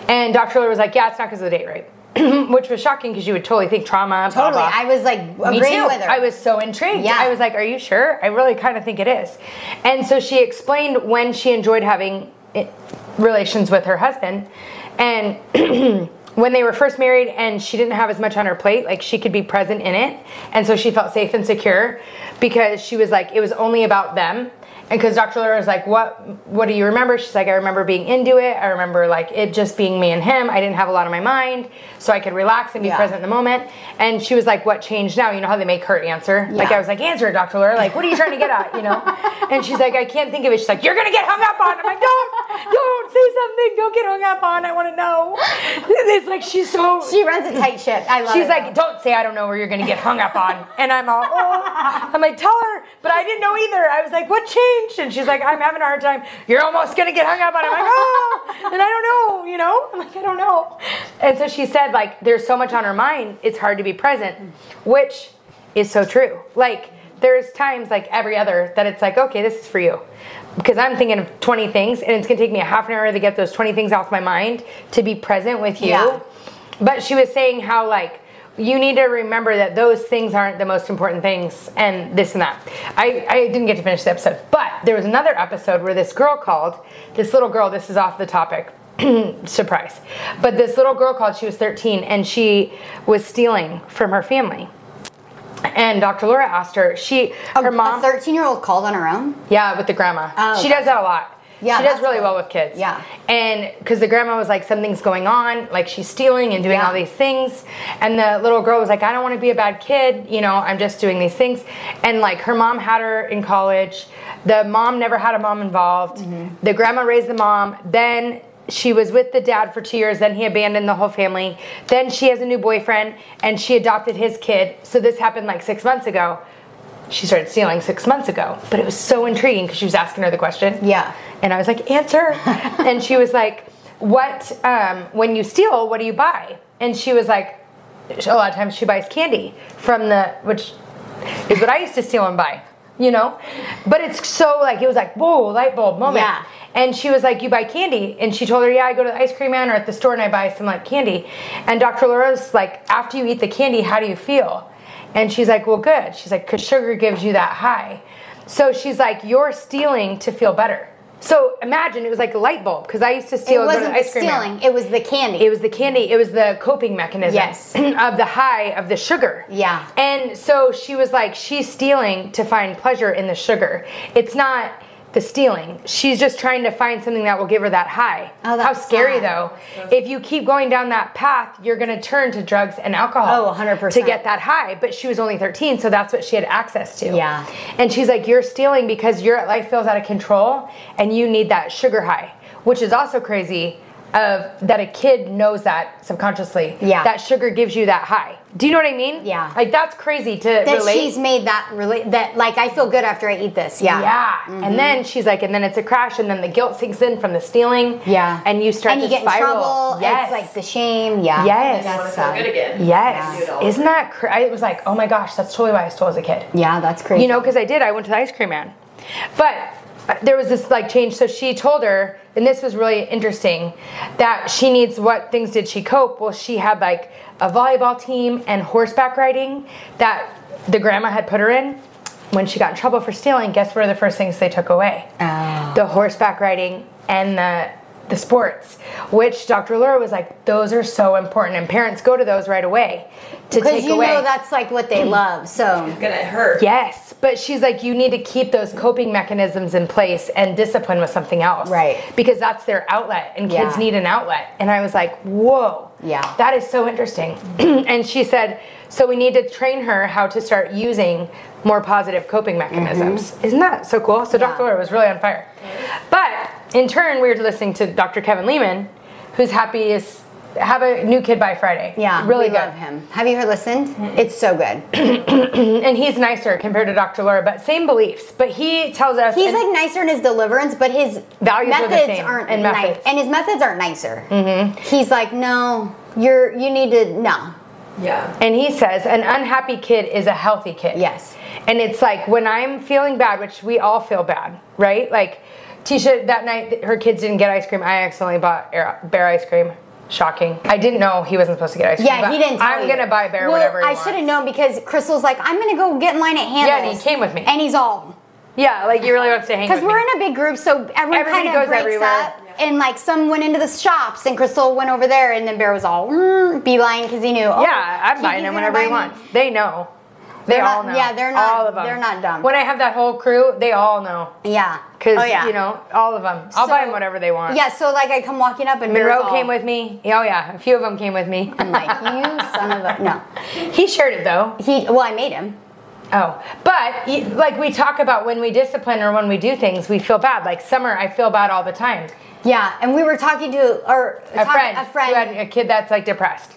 S1: And Dr. Laura was like, yeah, it's not because of the date rape, which was shocking because you would totally think trauma. blah,
S2: Totally.
S1: blah.
S2: I was like
S1: Me
S2: agreeing
S1: too.
S2: with her.
S1: I was so intrigued.
S2: Yeah.
S1: I was like, "Are you sure?" I really kind of think it is. And so she explained when she enjoyed having i- relations with her husband, and when they were first married, and she didn't have as much on her plate, like she could be present in it, and so she felt safe and secure because she was like, it was only about them. And because Dr. Laura was like, "What? What do you remember?" She's like, "I remember being into it. I remember like it just being me and him. I didn't have a lot on my mind, so I could relax and be
S2: Yeah.
S1: present in the moment." And she was like, "What changed now?" You know how they make her answer? Like
S2: Yeah.
S1: I was like, "Answer, it, Dr. Laura. Like, what are you trying to get at?" You know? And she's like, "I can't think of it." She's like, "You're gonna get hung up on." I'm like, "Don't, don't say something. Don't get hung up on. I want to know." It's like she's so
S2: She runs a tight ship. I love
S1: She's
S2: it.
S1: like, don't say I don't know where you're gonna get hung up on. And I'm all, oh. I'm like, tell her. But I didn't know either. I was like, what changed? And she's like, I'm having a hard time. You're almost gonna get hung up on. I'm like, oh. And I don't know, you know? I'm like, I don't know. And so she said, like, there's so much on her mind, it's hard to be present, which is so true. Like, there's times like every other that it's like, okay, this is for you. Because I'm thinking of 20 things, and it's gonna take me a half an hour to get those 20 things off my mind to be present with you.
S2: Yeah.
S1: But she was saying how like you need to remember that those things aren't the most important things and this and that. I, I didn't get to finish the episode, but there was another episode where this girl called, this little girl, this is off the topic. Surprise. But this little girl called, she was 13, and she was stealing from her family. And Dr. Laura asked her, she,
S2: a,
S1: her mom.
S2: A 13 year old called on her own?
S1: Yeah, with the grandma.
S2: Oh,
S1: she does that a lot.
S2: Yeah,
S1: she does
S2: that's
S1: really
S2: cool.
S1: well with kids.
S2: Yeah.
S1: and because the grandma was like, something's going on, like she's stealing and doing
S2: Yeah.
S1: all these things, and the little girl was like, I don't want to be a bad kid, you know, I'm just doing these things, and like her mom had her in college, the mom never had a mom involved,
S2: Mm-hmm.
S1: the grandma raised the mom, then. She was with the dad for two years, then he abandoned the whole family. Then she has a new boyfriend and she adopted his kid. So, this happened like six months ago she started stealing six months ago. But it was so intriguing because she was asking her the question.
S2: Yeah.
S1: And I was like, answer. and she was like, what, um, when you steal, what do you buy? And she was like, a lot of times she buys candy from the, which is what I used to steal and buy, you know? But it's so like, it was like, whoa, light bulb moment.
S2: Yeah.
S1: And she was like, You buy candy? And she told her, Yeah, I go to the ice cream man or at the store and I buy some like candy. And Dr. LaRose, like, after you eat the candy, how do you feel? And she's like, Well, good. She's like, Because sugar gives you that high. So she's like, You're stealing to feel better. So imagine it was like a light bulb because I used to
S2: It
S1: steal and go to
S2: wasn't
S1: the
S2: the
S1: ice cream man.
S2: stealing, it was the candy.
S1: It was the candy. It was the coping mechanism
S2: Yes.
S1: of the high of the sugar.
S2: Yeah.
S1: And so she was like, she's stealing to find pleasure in the sugar. It's not the stealing. She's just trying to find something that will give her that high.
S2: Oh,
S1: How
S2: that's
S1: scary
S2: sad.
S1: though. If you keep going down that path, you're going to turn to drugs and alcohol.
S2: Oh, 100%.
S1: To get that high. But she was only 13, so that's what she had access to.
S2: Yeah.
S1: And she's like, You're stealing because your life feels out of control and you need that sugar high, which is also crazy of that a kid knows that subconsciously.
S2: Yeah.
S1: That sugar gives you that high. Do you know what I mean?
S2: Yeah.
S1: Like that's crazy to
S2: that
S1: relate.
S2: she's made that relate that like I feel good after I eat this. Yeah. Mm-hmm.
S1: yeah. And then she's like, and then it's a crash, and then the guilt sinks in from the stealing.
S2: Yeah.
S1: And you start
S2: And you
S1: to
S2: get
S1: spiral.
S2: in trouble.
S1: Yes.
S2: It's like the shame. Yeah.
S1: Yes.
S3: I
S2: That's
S3: want to feel
S2: sad.
S3: good again.
S1: yes.
S3: Do it all
S1: Isn't that cra- I was like, oh my gosh, that's totally why I stole as a kid.
S2: Yeah, that's crazy.
S1: You know, because I did. I went to the ice cream man. But uh, there was this like change. So she told her, and this was really interesting, that she needs what things did she cope? Well, she had like a volleyball team and horseback riding that the grandma had put her in. When she got in trouble for stealing, guess what are the first things they took away?
S2: Oh.
S1: the horseback riding and the the sports, which Dr. Lura was like, those are so important, and parents go to those right away to
S2: Because
S1: take
S2: you
S1: away.
S2: know that's like what they love. So
S3: It's gonna hurt.
S1: Yes, but she's like, you need to keep those coping mechanisms in place and discipline with something else.
S2: Right.
S1: Because that's their outlet and kids
S2: Yeah.
S1: need an outlet. And I was like, whoa.
S2: Yeah.
S1: That is so interesting. and she said, so we need to train her how to start using more positive coping mechanisms. Isn't that so cool? So Dr.
S2: Mm-hmm. Yeah.
S1: Laura was really on fire. But in turn, we were listening to Dr. Kevin Lehman, who's happy is have a new kid by Friday.
S2: yeah,
S1: Really
S2: we
S1: good.
S2: love him. Have you heard listened? It's so good.
S1: and he's nicer compared to Dr. Laura, but same beliefs. But he tells us
S2: He's
S1: and-
S2: like nicer in his deliverance, but his
S1: Values are the
S2: methods
S1: same,
S2: aren't
S1: and
S2: nice.
S1: methods.
S2: And his methods aren't nicer. Mm-hmm. He's like, no, you're you need to no.
S3: Yeah.
S1: and he says an unhappy kid is a healthy kid.
S2: Yes.
S1: And it's like when I'm feeling bad, which we all feel bad, right? Like Tisha that night her kids didn't get ice cream. I accidentally bought air- bear ice cream. Shocking. I didn't know he wasn't supposed to get ice cream.
S2: Yeah,
S1: but
S2: he didn't. Tell
S1: I'm
S2: you.
S1: gonna buy bear
S2: well,
S1: whatever. he
S2: I
S1: wants.
S2: should have known because Crystal's like, I'm gonna go get in line at Handles.
S1: Yeah, and he came with me.
S2: And he's all
S1: Yeah, like you really wants to hang.
S2: because
S1: Because
S2: we're in a big group, so everyone
S1: Everybody
S2: kind of
S1: goes
S2: breaks
S1: everywhere.
S2: up. And like some went into the shops, and Crystal went over there, and then Bear was all mm, beeline because he knew. Oh,
S1: Yeah, I'm buying
S2: Kiki's
S1: him
S2: gonna
S1: whenever he
S2: buy me.
S1: wants. They know. They
S2: They're
S1: all
S2: not-
S1: know.
S2: yeah, they're not-
S1: All of them.
S2: they're not dumb.
S1: When I have that whole crew, they all know.
S2: Yeah.
S1: Because,
S2: oh, yeah.
S1: you know, all of them. I'll
S2: So-
S1: buy them whatever they want.
S2: Yeah, so like I come walking up and
S1: Monroe
S2: Mirror
S1: came with me. Oh, yeah. A few of them came with me.
S2: I'm like, you son of a no.
S1: he shared it, though.
S2: He well, I made him.
S1: Oh, but y- like we talk about when we discipline or when we do things, we feel bad. Like summer, I feel bad all the time.
S2: Yeah, and we were talking to or
S1: A friend,
S2: a friend,
S1: who had a kid that's like depressed.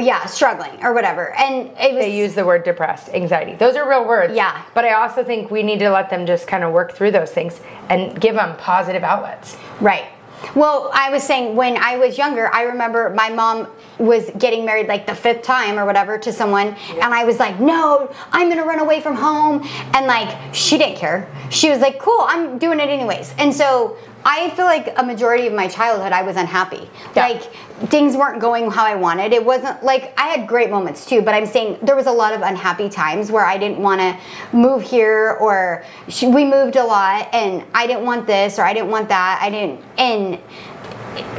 S2: yeah, struggling or whatever, and it was
S1: They use the word depressed, anxiety. Those are real words.
S2: Yeah.
S1: But I also think we need to let them just kind of work through those things and give them positive outlets.
S2: Right. Well, I was saying when I was younger, I remember my mom was getting married like the fifth time or whatever to someone, and I was like, "No, I'm gonna run away from home," and like she didn't care. She was like, "Cool, I'm doing it anyways." And so I feel like a majority of my childhood I was unhappy.
S1: Yeah.
S2: Like things weren't going how I wanted. It wasn't like I had great moments too, but I'm saying there was a lot of unhappy times where I didn't want to move here or sh- we moved a lot and I didn't want this or I didn't want that. I didn't and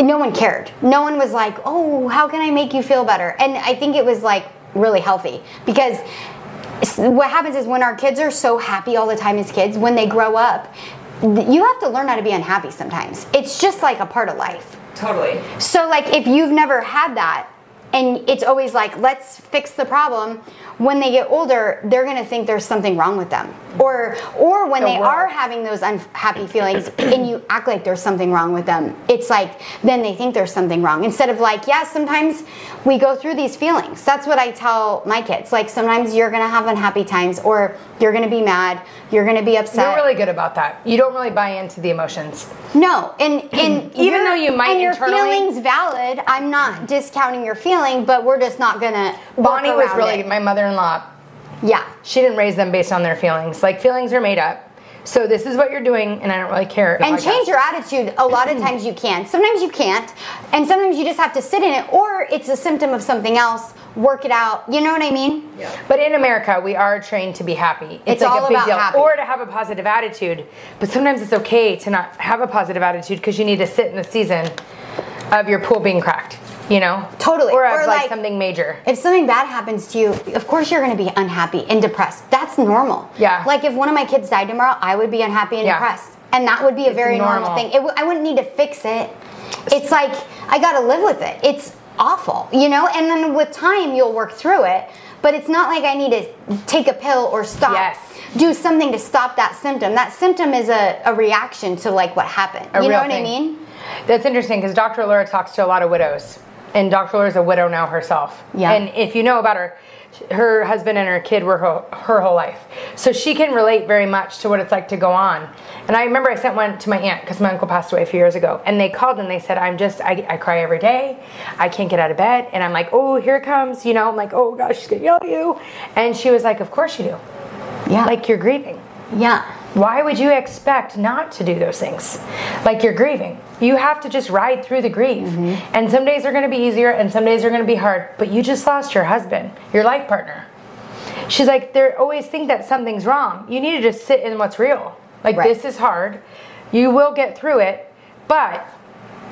S2: no one cared. No one was like, "Oh, how can I make you feel better?" And I think it was like really healthy because s- what happens is when our kids are so happy all the time as kids, when they grow up, th- you have to learn how to be unhappy sometimes. It's just like a part of life.
S3: Totally.
S2: So, like, if you've never had that, and it's always like, let's fix the problem. When they get older, they're gonna think there's something wrong with them, or or when
S1: The
S2: they
S1: world.
S2: are having those unhappy feelings, and you act like there's something wrong with them. It's like then they think there's something wrong instead of like, yeah, sometimes we go through these feelings. That's what I tell my kids. Like sometimes you're gonna have unhappy times, or you're gonna be mad, you're gonna be
S1: You're
S2: upset.
S1: really good about that. You don't really buy into the emotions.
S2: No, and and
S1: Even
S2: your-
S1: though you might
S2: and your
S1: internally-
S2: feelings valid. I'm not discounting your feeling, but we're just not gonna. work
S1: Bonnie was
S2: around
S1: really
S2: it.
S1: my mother-in-law.
S2: yeah,
S1: She didn't raise them based on their feelings. Like feelings are made up. So this is what you're doing, and I don't really care.
S2: and change your attitude. A lot of times you can. Sometimes you can't, and sometimes you just have to sit in it, or it's a symptom of something else. Work it out. You know what I mean?
S1: But in America, we are trained to be happy. It's,
S2: It's
S1: like
S2: all
S1: a big
S2: about
S1: deal.
S2: happy.
S1: Or to have a positive attitude. But sometimes it's okay to not have a positive attitude because you need to sit in the season of your pool being cracked, you know?
S2: Totally.
S1: Or, of
S2: Or,
S1: like,
S2: like-
S1: something major.
S2: If something bad happens to you, of course you're going to be unhappy and depressed. That's normal.
S1: Yeah.
S2: Like if one of my kids died tomorrow, I would be unhappy and
S1: Yeah.
S2: depressed, and that would be a very normal,
S1: normal.
S2: thing. It w- I wouldn't need to fix it. It's like I got to live with it. It's awful, you know. And then with time, you'll work through it. But it's not like I need to take a pill or stop.
S1: Yes.
S2: Do something to stop that symptom. That symptom is a, a reaction to like what happened.
S1: A
S2: you know
S1: real
S2: what I
S1: thing.
S2: mean?
S1: That's interesting because Dr. Laura talks to a lot of widows, and Dr. Laura's a widow now herself.
S2: Yeah.
S1: And if you know about her, her husband and her kid were her, her whole life, so she can relate very much to what it's like to go on. And I remember I sent one to my aunt because my uncle passed away a few years ago, and they called and they said, "I'm just I, I cry every day, I can't get out of bed," and I'm like, "Oh, here it comes," you know, I'm like, "Oh gosh, she's gonna yell at you," and she was like, "Of course you do,
S2: Yeah.
S1: like you're grieving."
S2: yeah.
S1: Why would you expect not to do those things? Like you're grieving. You have to just ride through the grief. And some days are going to be easier and some days are going to be hard, but you just lost your husband, your life partner. She's like, they always think that something's wrong. You need to just sit in what's real. Like,
S2: Right.
S1: this is hard. You will get through it, but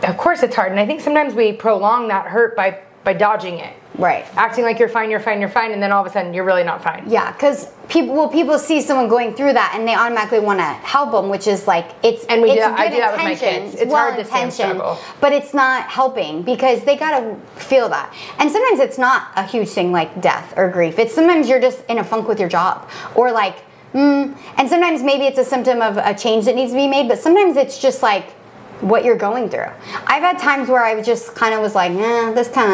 S1: of course it's hard. And I think sometimes we prolong that hurt by, by dodging it.
S2: Right.
S1: Acting like you're fine, you're fine, you're fine, and then all of a sudden you're really not fine.
S2: Yeah, because people well, people see someone going through that and they automatically want to help them, which is like it's
S1: And we do
S2: it's
S1: that- I
S2: good
S1: do that with my
S2: intention,
S1: kids. It's hard to see 'em
S2: well-intentioned,
S1: struggle.
S2: but it's not helping because they gotta feel that. And sometimes it's not a huge thing like death or grief. It's sometimes you're just in a funk with your job or like, mm, and sometimes maybe it's a symptom of a change that needs to be made. But sometimes it's just like what you're going through. I've had times where I just kind of was like, nah, this kind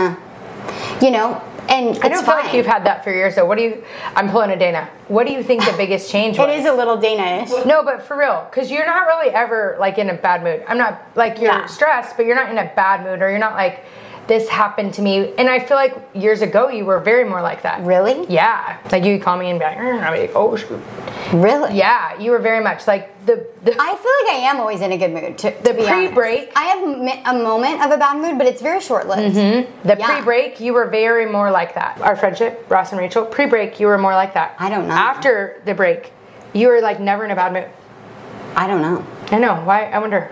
S2: of, you know. And
S1: I don't
S2: it's
S1: feel
S2: fine.
S1: like you've had that for years. So what do you? I'm pulling a Dana. What do you think the biggest change was?
S2: it is a little Danish.
S1: no, but for real, because you're not really ever like in a bad mood. I'm not like you're
S2: Yeah.
S1: stressed, but you're not in a bad mood, or you're not like this happened to me. And I feel like years ago you were very more like that.
S2: Really?
S1: Yeah. Like you would call me and be like, "Mm," I'd be like, oh shoot.
S2: Really?
S1: Yeah, you were very much like the. the
S2: I feel like I am always in a good mood. To, to
S1: The
S2: be honest.
S1: pre-break.
S2: I have mi- a moment of a bad mood, but it's very short lived.
S1: the
S2: yeah.
S1: pre-break, you were very more like that. Our friendship, Ross and Rachel, pre-break, you were more like that.
S2: I don't know.
S1: After the break, you were like never in a bad mood.
S2: I don't know.
S1: I know. Why? I wonder.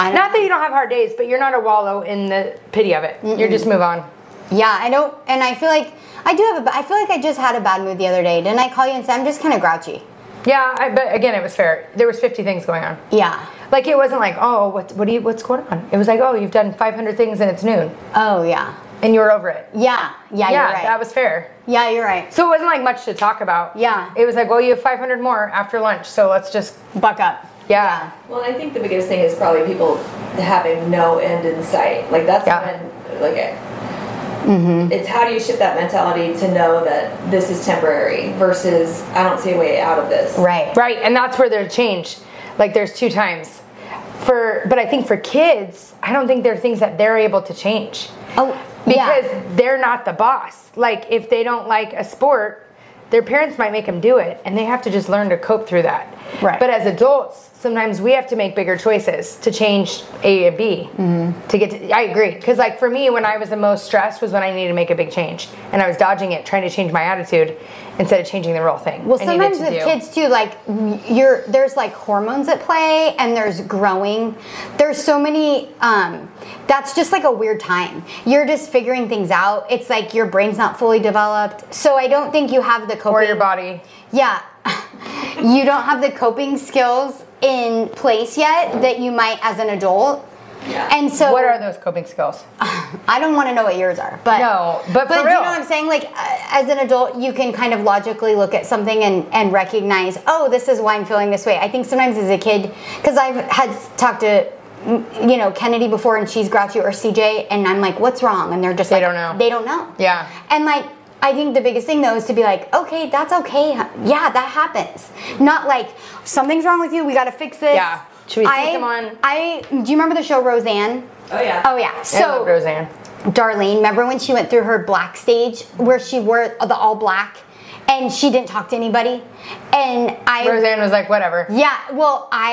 S2: I don't
S1: Not that you don't have hard days, but you're not a wallow in the pity of it. You're just move on.
S2: Yeah, I don't, and I feel like I do have a. ba- I feel like I just had a bad mood the other day. Didn't I call you and say I'm just kind of grouchy?
S1: Yeah, I, but again, it was fair. There was 50 things going on.
S2: Yeah.
S1: Like it wasn't like, oh, what, what do you, what's going on? It was like, oh, you've done 500 things and it's noon,
S2: Oh yeah.
S1: and you were over it.
S2: Yeah.
S1: yeah,
S2: Yeah. you're right.
S1: that was fair.
S2: yeah, you're right.
S1: So it wasn't like much to talk about.
S2: Yeah.
S1: It was like, well, you have 500 more after lunch, so let's just,
S2: Buck up.
S1: yeah.
S3: Well, I think the biggest thing is probably people having no end in sight. Like that's
S1: Yeah.
S3: when, like, it,
S2: Mm-hmm.
S3: it's how do you shift that mentality to know that this is temporary versus I don't see a way out of this.
S2: Right.
S1: Right, and that's where there's change. Like there's two times. For, but I think for kids, I don't think there are things that they're able to change.
S2: Oh,
S1: because
S2: yeah.
S1: they're not the boss. Like if they don't like a sport, their parents might make them do it, and they have to just learn to cope through that.
S2: Right.
S1: But as adults, sometimes we have to make bigger choices to change A and B
S2: Mm-hmm.
S1: to get. To, I agree, because like for me, when I was the most stressed was when I needed to make a big change, and I was dodging it, trying to change my attitude instead of changing the real thing.
S2: Well,
S1: I needed
S2: sometimes
S1: to
S2: with
S1: do.
S2: kids too, like you're there's like hormones at play and there's growing. There's so many. Um, that's just like a weird time. You're just figuring things out. It's like your brain's not fully developed, so I don't think you have the coping.
S1: or your body.
S2: Yeah, you don't have the coping skills in place yet that you might as an adult.
S3: Yeah.
S2: And so, Uh,
S1: What are those coping skills?
S2: I don't want to know what yours are, but
S1: No, but for
S2: do you know
S1: real.
S2: what I'm saying? Like, uh, as an adult, you can kind of logically look at something and and recognize, oh, this is why I'm feeling this way. I think sometimes as a kid, because I've had s- talked to. m- You know Kennedy before, and she's grouchy or CJ, and I'm like, "What's wrong?" And they're just
S1: They
S2: like,
S1: don't know.
S2: They don't know.
S1: Yeah.
S2: And like, I think the biggest thing though is to be like, "Okay, that's okay. Yeah, that happens." Not like something's wrong with you. We got to fix this.
S1: Yeah. Should we see
S2: I,
S1: someone-
S2: I do you remember the show Roseanne?
S3: Oh yeah.
S2: Oh yeah. So
S1: I love Roseanne.
S2: Darlene, remember when she went through her black stage where she wore the all black and she didn't talk to anybody? And I
S1: Roseanne was like, whatever.
S2: Yeah, well, I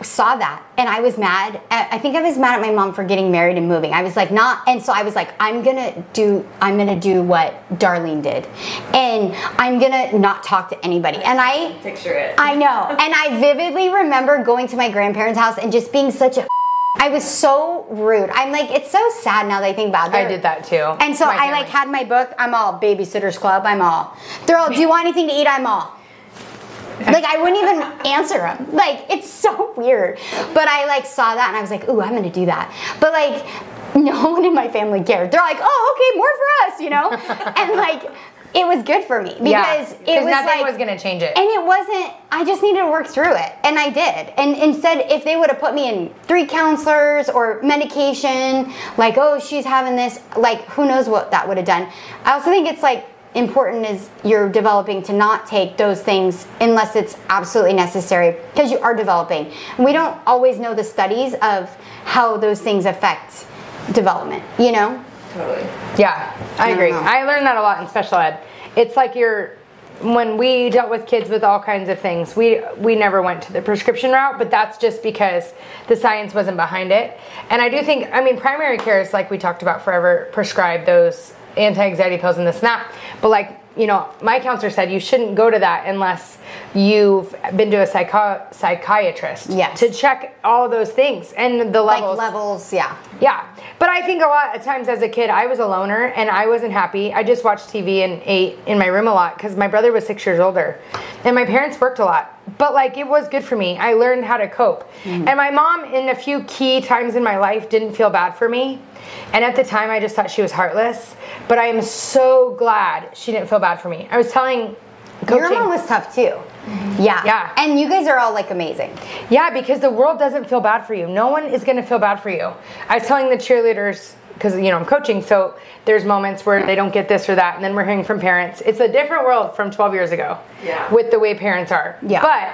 S2: saw that and I was mad. At, I think I was mad at my mom for getting married and moving. I was like, not and so I was like, I'm going to do I'm going to do what Darlene did. And I'm going to not talk to anybody. And I
S3: Picture it.
S2: I know. And I vividly remember going to my grandparents' house and just being such a I was so rude. I'm like, it's so sad now that I think about it.
S1: I did that too.
S2: And so
S1: My
S2: I like
S1: family.
S2: had my book. I'm all babysitters club. I'm all. They're all. Do you want anything to eat? I'm all. Like I wouldn't even answer them. Like it's so weird. But I like saw that and I was like, ooh, I'm gonna do that. But like, no one in my family cared. They're like, oh, okay, more for us, you know. and like, it was good for me because it was
S1: nothing
S2: like
S1: was gonna change it.
S2: and it wasn't, I just needed to work through it. And I did. And instead, if they would have put me in three counselors or medication, like, oh, she's having this, like, who knows what that would have done. I also think it's like important is you're developing to not take those things unless it's absolutely necessary because you are developing. And we don't always know the studies of how those things affect development, you know?
S3: Totally.
S1: Yeah, I
S2: I
S1: agree.
S2: don't know.
S1: I learned that a lot in special ed. It's like you're when we dealt with kids with all kinds of things, we we never went to the prescription route, but that's just because the science wasn't behind it. And I do think, I mean, primary care is like we talked about forever prescribe those anti-anxiety pills and this and that. But like, you know, my counselor said you shouldn't go to that unless you've been to a psycho- psychiatrist
S2: Yes.
S1: to check all those things and the
S2: Like
S1: levels.
S2: levels, yeah.
S1: Yeah, but I think a lot of times as a kid, I was a loner and I wasn't happy. I just watched TV and ate in my room a lot because my brother was six years older, and my parents worked a lot. But like it was good for me. I learned how to cope,
S2: Mm.
S1: and my mom, in a few key times in my life, didn't feel bad for me. And at the time, I just thought she was heartless. But I am so glad she didn't feel bad for me. I was telling,
S2: Your
S1: coaching,
S2: mom was tough too. Yeah.
S1: Yeah.
S2: And you guys are all like amazing.
S1: Yeah, because the world doesn't feel bad for you. No one is going to feel bad for you. I was telling the cheerleaders because you know I'm coaching, so there's moments where they don't get this or that, and then we're hearing from parents. It's a different world from 12 years ago.
S3: Yeah.
S1: With the way parents are.
S2: Yeah.
S1: But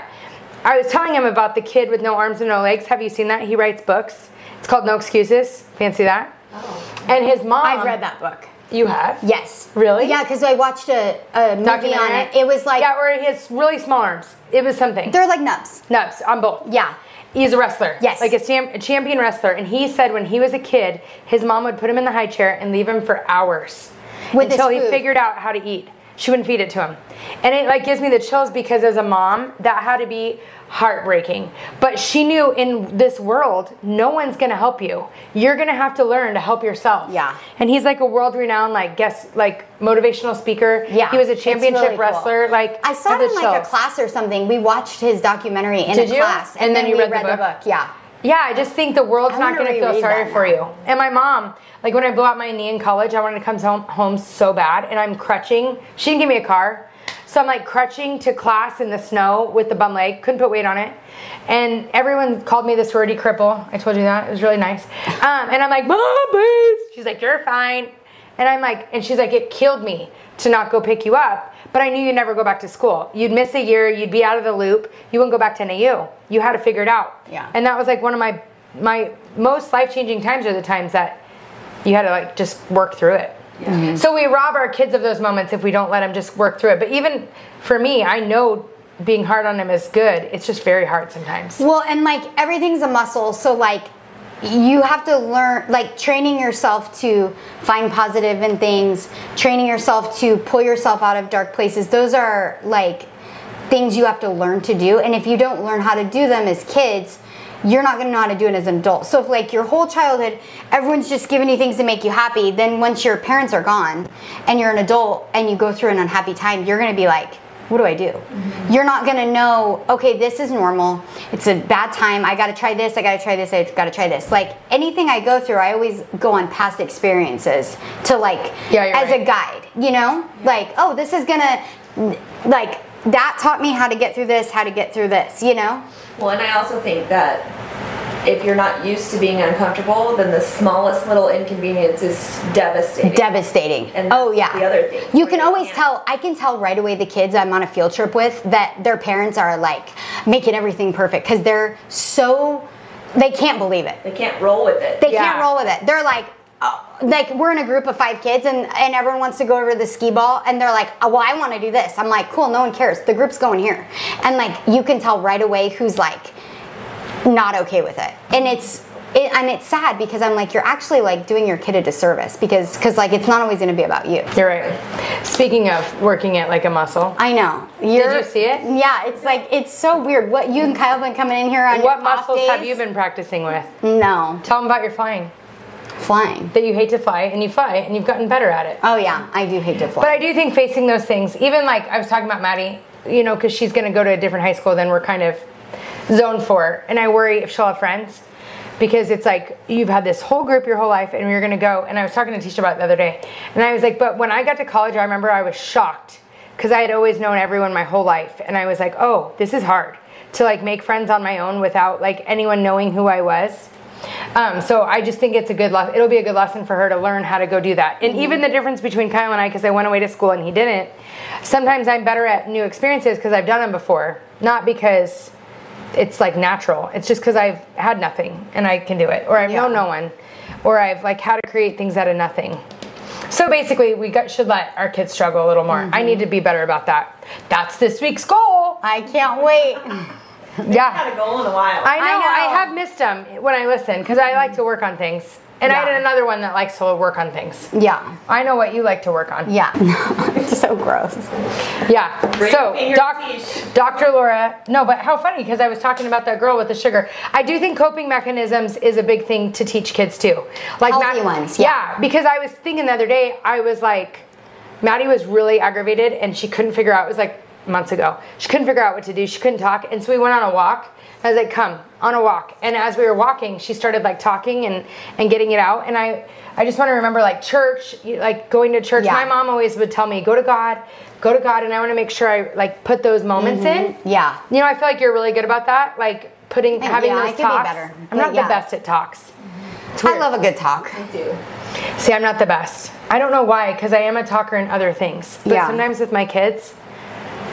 S1: I was telling him about the kid with no arms and no legs. Have you seen that? He writes books. It's called No Excuses. Fancy that?
S3: Oh.
S1: And his mom.
S2: I've read that book.
S1: You have?
S2: Um, Yes.
S1: Really?
S2: Yeah, because I watched a, a movie on
S1: Documentary?
S2: it. It was like
S1: yeah, where he has really small arms. It was something.
S2: they're like nubs.
S1: Nubs on both.
S2: Yeah.
S1: He's a wrestler.
S2: Yes.
S1: Like a, cham- a champion wrestler. And he said when he was a kid, his mom would put him in the high chair and leave him for hours
S2: With his
S1: until he
S2: food.
S1: figured out how to eat. She wouldn't feed it to him. And it like gives me the chills because as a mom, that had to be heartbreaking. But she knew in this world, no one's gonna help you. You're gonna have to learn to help yourself.
S2: Yeah.
S1: And he's like a world renowned, like guess like motivational speaker.
S2: Yeah,
S1: He was a
S2: it's
S1: championship
S2: really cool.
S1: wrestler. Like
S2: I saw
S1: have
S2: it
S1: the
S2: in like a
S1: chills.
S2: class or something. We watched his documentary in
S1: Did
S2: a
S1: you?
S2: class,
S1: And then you
S2: we
S1: read the book?
S2: Yeah,
S1: Yeah, I just think the world's
S2: I
S1: not
S2: wanna
S1: going to feel
S2: reread
S1: sorry
S2: that
S1: for
S2: now.
S1: you. And my mom, like when I blew out my knee in college, I wanted to come home, home so bad, and I'm crutching. She didn't give me a car, so I'm like crutching to class in the snow with the bum leg. Couldn't put weight on it, and everyone called me the sorority cripple. I told you that it was really nice. Um, and I'm like, Mom, please. She's like, You're fine. And I'm like, and she's like, It killed me to not go pick you up. But I knew you'd never go back to school. You'd miss a year. You'd be out of the loop. You wouldn't go back to NAU. You had to figure it out.
S2: Yeah.
S1: And that was like one of my my most life changing times are the times that you had to like just work through it.
S2: Mm-hmm.
S1: So we rob our kids of those moments if we don't let them just work through it. But even for me, I know being hard on them is good. It's just very hard sometimes.
S2: Well, and like everything's a muscle, so like you have to learn like training yourself to find positive in things, training yourself to pull yourself out of dark places. Those are like things you have to learn to do, and if you don't learn how to do them as kids, you're not going to know how to do it as an adult. So if like your whole childhood everyone's just giving you things to make you happy, then once your parents are gone and you're an adult and you go through an unhappy time, you're going to be like what do I do?
S1: Mm-hmm.
S2: You're not gonna know, okay, this is normal. It's a bad time. I gotta try this, I gotta try this, I gotta try this. Like anything I go through, I always go on past experiences to like,
S1: Yeah, you're
S2: as a
S1: right.
S2: guide, you know? Like, oh, this is gonna, like, that taught me how to get through this, how to get through this, you know?
S3: Well, and I also think that if you're not used to being uncomfortable, then the smallest little inconvenience is devastating.
S2: devastating.
S3: And
S2: oh
S3: that's
S2: yeah.
S3: the other thing.
S2: You can
S3: Right,
S2: always
S3: yeah.
S2: tell. I can tell right away the kids I'm on a field trip with that their parents are like making everything perfect because they're so they can't believe it.
S3: they can't roll with it.
S2: They
S1: Yeah.
S2: can't roll with it. They're like. Oh, like we're in a group of five kids and, and everyone wants to go over to the skee ball and they're like oh, well i want to do this i'm like cool no one cares the group's going here and like you can tell right away who's like not okay with it and it's it, and it's sad because i'm like you're actually like doing your kid a disservice because because like it's not always going to be about you
S1: You're right. Speaking of working it like a muscle,
S2: i know you're,
S1: you see it?
S2: yeah it's like it's so weird what you and kyle been coming in here on
S1: what
S2: your off
S1: muscles have
S2: days?
S1: you been practicing with?
S2: no
S1: Tell them about your flying.
S2: flying
S1: That you hate to fly and you fly and you've gotten better at it.
S2: oh yeah i do hate to fly
S1: But I do think facing those things, even like I was talking about Maddie, you know, because she's going to go to a different high school than we're kind of zoned for. And I worry if she'll have friends because it's like you've had this whole group your whole life and you're going to go. And I was talking to Tisha about it the other day. And I was like, but when I got to college, I remember I was shocked because I had always known everyone my whole life. And I was like, oh, this is hard to like make friends on my own without like anyone knowing who I was. Um, so I just think it's a good lesson. It'll be a good lesson for her to learn how to go do that. And even the difference between Kyle and I, because I went away to school and he didn't. Sometimes I'm better at new experiences because I've done them before, not because it's like natural. It's just because I've had nothing and I can do it, or I've known
S2: Yeah.
S1: no one, or I've like how to create things out of nothing. So basically, we got, should let our kids struggle a little more. I need to be better about that. That's this week's goal.
S2: i can't wait
S1: Yeah.
S3: I haven't had a goal in a while.
S1: I know, I
S2: I know.
S1: have missed them when I listen because I like to work on things. And I
S2: Yeah.
S1: had another one that likes to work on things.
S2: yeah
S1: I know what you like to work on.
S2: Yeah. it's so gross.
S1: Yeah.
S3: Bring
S1: So,
S3: finger
S1: doc,
S3: teeth.
S1: Dr. Laura, no, but how funny because I was talking about that girl with the sugar. I do think coping mechanisms is a big thing to teach kids too. Like
S2: Healthy
S1: Matt-
S2: ones,
S1: Yeah. because I was thinking the other day, I was like, Maddie was really aggravated and she couldn't figure out. It was like months ago. She couldn't figure out what to do. She couldn't talk, and so we went on a walk. I was like, "Come on a walk." And as we were walking, she started like talking and and getting it out. And I I just want to remember like church, you- like going to church.
S2: Yeah.
S1: My mom always would tell me, "Go to God, go to God," and I want to make sure I like put those moments in.
S2: Yeah.
S1: You know, I feel like you're really good about that. Like putting having
S2: Mm-hmm. yeah, I
S1: those
S2: could be
S1: talks.
S2: better,
S1: I'm
S2: but
S1: not
S2: yeah.
S1: the best at talks.
S2: I love a good talk.
S3: I do.
S1: See, I'm not the best. I don't know why, because I am a talker in other things. But
S2: Yeah.
S1: sometimes with my kids,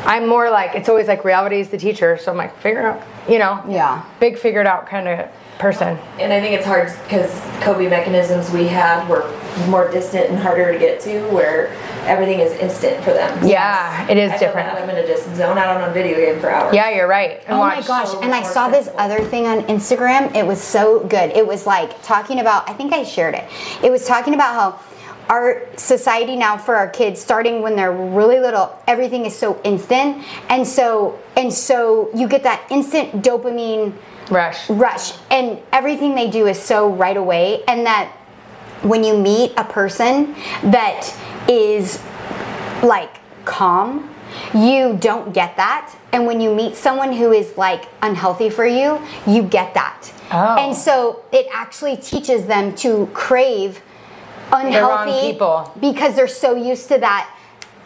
S1: I'm more like it's always like reality is the teacher, so I'm like figure out, you know,
S2: Yeah.
S1: big figured out kind of person.
S3: And I think it's hard because Kobe mechanisms we have were more distant and harder to get to, where everything is instant for them.
S1: Yeah, it is
S3: I feel
S1: different.
S3: that I'm gonna just zone out on a video game for hours.
S1: Yeah, you're right. And
S2: Oh my
S1: watch-
S2: gosh.
S3: so
S2: And I
S3: more
S2: saw this
S3: sensible.
S2: other thing on Instagram. It was so good. It was like talking about, I think I shared it. It was talking about how our society now for our kids starting when they're really little everything is so instant and so and so you get that instant dopamine
S1: Rush.
S2: rush and everything they do is so right away and that when you meet a person that is like calm you don't get that and when you meet someone who is like unhealthy for you you get that
S1: Oh.
S2: and so it actually teaches them to crave
S1: wrong
S2: unhealthy
S1: people.
S2: because they're so used to that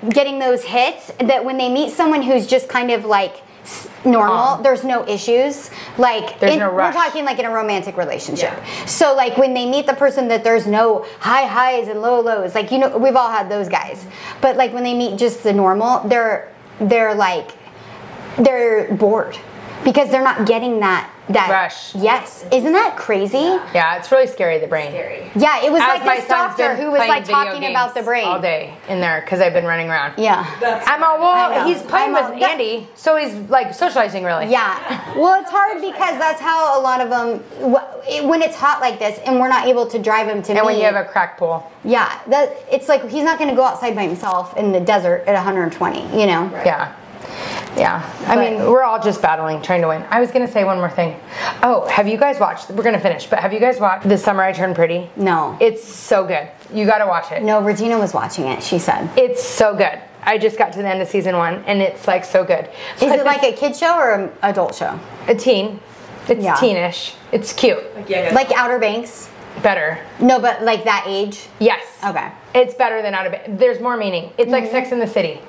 S2: getting those hits that when they meet someone who's just kind of like s- normal
S1: Calm.
S2: there's no issues like
S1: Uh-huh. There's
S2: in-
S1: no rush.
S2: we're talking like in a romantic relationship
S3: Yeah.
S2: so like when they meet the person that there's no high highs and low lows like you know we've all had those guys but like when they meet just the normal they're they're like they're bored because they're not getting that that
S1: Rush.
S2: yes isn't that crazy
S1: Yeah, it's really scary. The brain.
S3: Scary.
S2: yeah it was
S1: As
S2: like this
S1: son's
S2: doctor
S1: been
S2: who was
S1: playing
S2: like
S1: video
S2: talking
S1: games
S2: about the brain
S1: all day in there because I've been running around.
S2: yeah
S3: That's
S1: I'm all
S2: I know.
S1: well. He's playing
S2: I'm all-
S1: with
S2: that-
S1: Andy, so he's like socializing really.
S2: Yeah. Well, it's hard because that's how a lot of them, when it's hot like this and we're not able to drive him to
S1: And when you have a crack pool.
S2: yeah, that, it's like he's not going to go outside by himself in the desert at 120, you know?
S1: Yeah. Yeah. I
S2: But-
S1: mean, we're all just battling, trying to win. I was going to say one more thing. Oh, have you guys watched? We're going to finish, but have you guys watched The Summer I Turned Pretty?
S2: No.
S1: It's so good. You got to watch it.
S2: No, Regina was watching it, she said.
S1: It's so good. I just got to the end of season one and it's like so good.
S2: Is
S1: But
S2: it like a kid show or an adult show?
S1: a teen? It's
S2: Yeah.
S1: teenish. It's cute.
S3: yeah,
S2: Like Outer Banks?
S1: Better.
S2: No, but like that age?
S1: Yes.
S2: Okay. Mm-hmm.
S1: It's better than out of it. There's more meaning. It's like Sex in the City,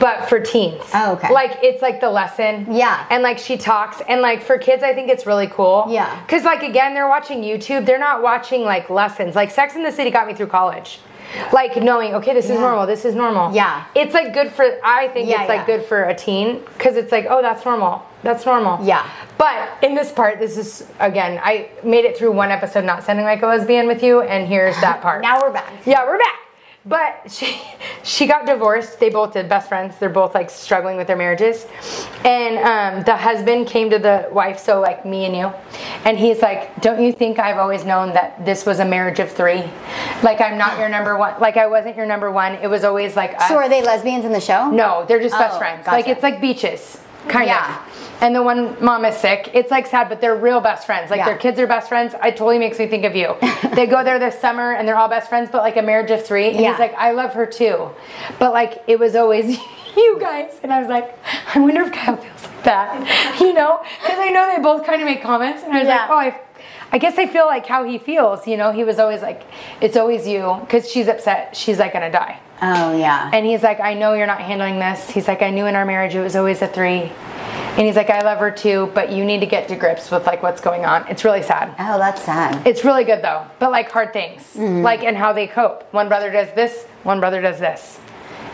S1: but for teens.
S2: Oh, okay.
S1: Like it's like the lesson.
S2: Yeah.
S1: And like she talks, and like for kids, I think it's really cool.
S2: Yeah.
S1: Because like again, they're watching YouTube. They're not watching like lessons. Like Sex in the City got me through college. Like knowing, okay, this is
S2: Yeah.
S1: normal. This is normal.
S2: Yeah.
S1: It's like good for. I think
S2: Yeah,
S1: it's like
S2: yeah.
S1: good for a teen because it's like, oh, that's normal. That's normal.
S2: Yeah.
S1: But in this part, this is again, I made it through one episode not sounding like a lesbian with you, and here's that part.
S2: Now we're back.
S1: Yeah, we're back. But she she got divorced. They both did best friends. They're both like struggling with their marriages. And um, the husband came to the wife, so like me and you, and he's like, "Don't you think I've always known that this was a marriage of three? Like I'm not your number one. Like I wasn't your number one. It was always like us.
S2: So are they lesbians in the show?
S1: No, they're just best
S2: Oh,
S1: friends.
S2: gotcha.
S1: Like it's like beaches, kind
S2: Yeah.
S1: of. And the one mom is sick. It's like sad, but they're real best friends. Like
S2: Yeah.
S1: their kids are best friends. It totally makes me think of you. they go there this summer and they're all best friends, but like a marriage of three. And
S2: Yeah.
S1: he's like, I love her too. But like it was always you guys. And I was like, I wonder if Kyle feels like that. you know? Because I know they both kind of make comments. And I was
S2: Yeah.
S1: like, oh, I I guess I feel like how he feels, you know. He was always like, "It's always you," because she's upset. She's like gonna die.
S2: Oh, yeah.
S1: And he's like, I know you're not handling this. He's like, I knew in our marriage it was always a three. And he's like, I love her too, but you need to get to grips with like what's going on. It's really sad.
S2: oh, that's sad.
S1: It's really good though, but like hard things,
S2: Mm-hmm.
S1: like and how they cope. One brother does this, one brother does this.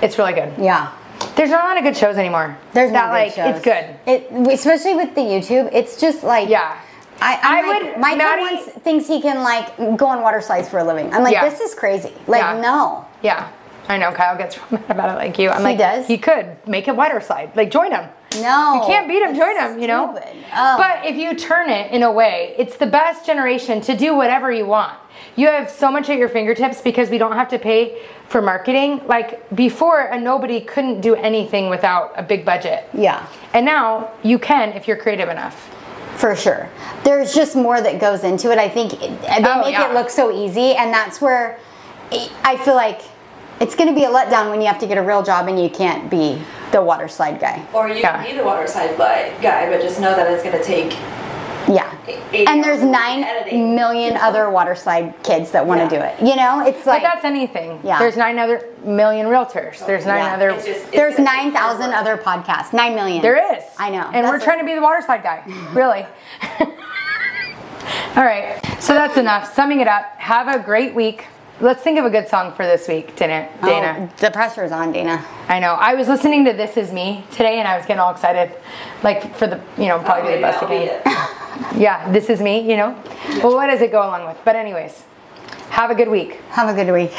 S1: It's really good.
S2: Yeah.
S1: There's not a lot of good shows anymore.
S2: There's
S1: that
S2: no
S1: like
S2: good shows.
S1: it's good.
S2: It, especially with the YouTube, it's just like
S1: Yeah.
S2: I, I'm
S1: I
S2: like,
S1: would-
S2: My kid
S1: Maddie-
S2: wants- thinks he can like go on water slides for a living. I'm like,
S1: Yeah.
S2: this is crazy. Like,
S1: Yeah.
S2: no.
S1: Yeah. I know Kyle gets mad about it like you. I'm
S2: He
S1: like,
S2: does?
S1: You could make a wider side, like join him.
S2: No.
S1: You can't beat him,
S2: It's
S1: join him, you know?
S2: stupid. Oh.
S1: But if you turn it in a way, it's the best generation to do whatever you want. You have so much at your fingertips because we don't have to pay for marketing. Like before, a nobody couldn't do anything without a big budget.
S2: Yeah,
S1: And now you can if you're creative enough.
S2: for sure. There's just more that goes into it. I think it- they
S1: Oh,
S2: make
S1: yeah.
S2: it look so easy, and that's where I I feel like it's going to be a letdown when you have to get a real job and you can't be the water slide guy.
S3: Or you
S1: Yeah.
S3: can be the water side guy, guy, but just know that it's going to take.
S2: Yeah.
S3: Eight
S2: And there's
S3: hours of
S2: nine
S3: editing.
S2: million other water slide kids that want
S3: Yeah.
S2: to do it. You know, it's like
S1: but that's anything.
S2: Yeah.
S1: There's nine other million realtors. There's nine
S2: Yeah.
S1: other.
S3: It's just, it's
S2: There's
S3: gonna take
S2: 9,000
S3: more work.
S2: other podcasts. 9 million.
S1: There is.
S2: I know.
S1: And
S2: That's
S1: we're
S2: a-
S1: trying to be the water slide guy, really. All right. So that's enough. Summing it up. Have a great week. Let's think of a good song for this week, Dana.
S2: Oh,
S1: Dana.
S2: the pressure's on, Dana.
S1: I know. I was listening to This Is Me today, and I was getting all excited, like for the you know
S3: Oh,
S1: probably the
S3: maybe
S1: bus
S3: that'll be
S1: again.
S3: it.
S1: Yeah, This Is Me. You know. Well, what does it go along with? But anyways, have a good week.
S2: Have a good week.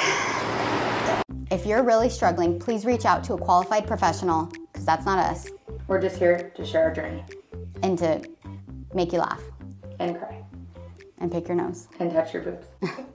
S2: If you're really struggling, please reach out to a qualified professional because that's not us
S1: We're just here to share our journey
S2: and to make you laugh
S1: and cry
S2: and pick your nose.
S1: and touch your boobs.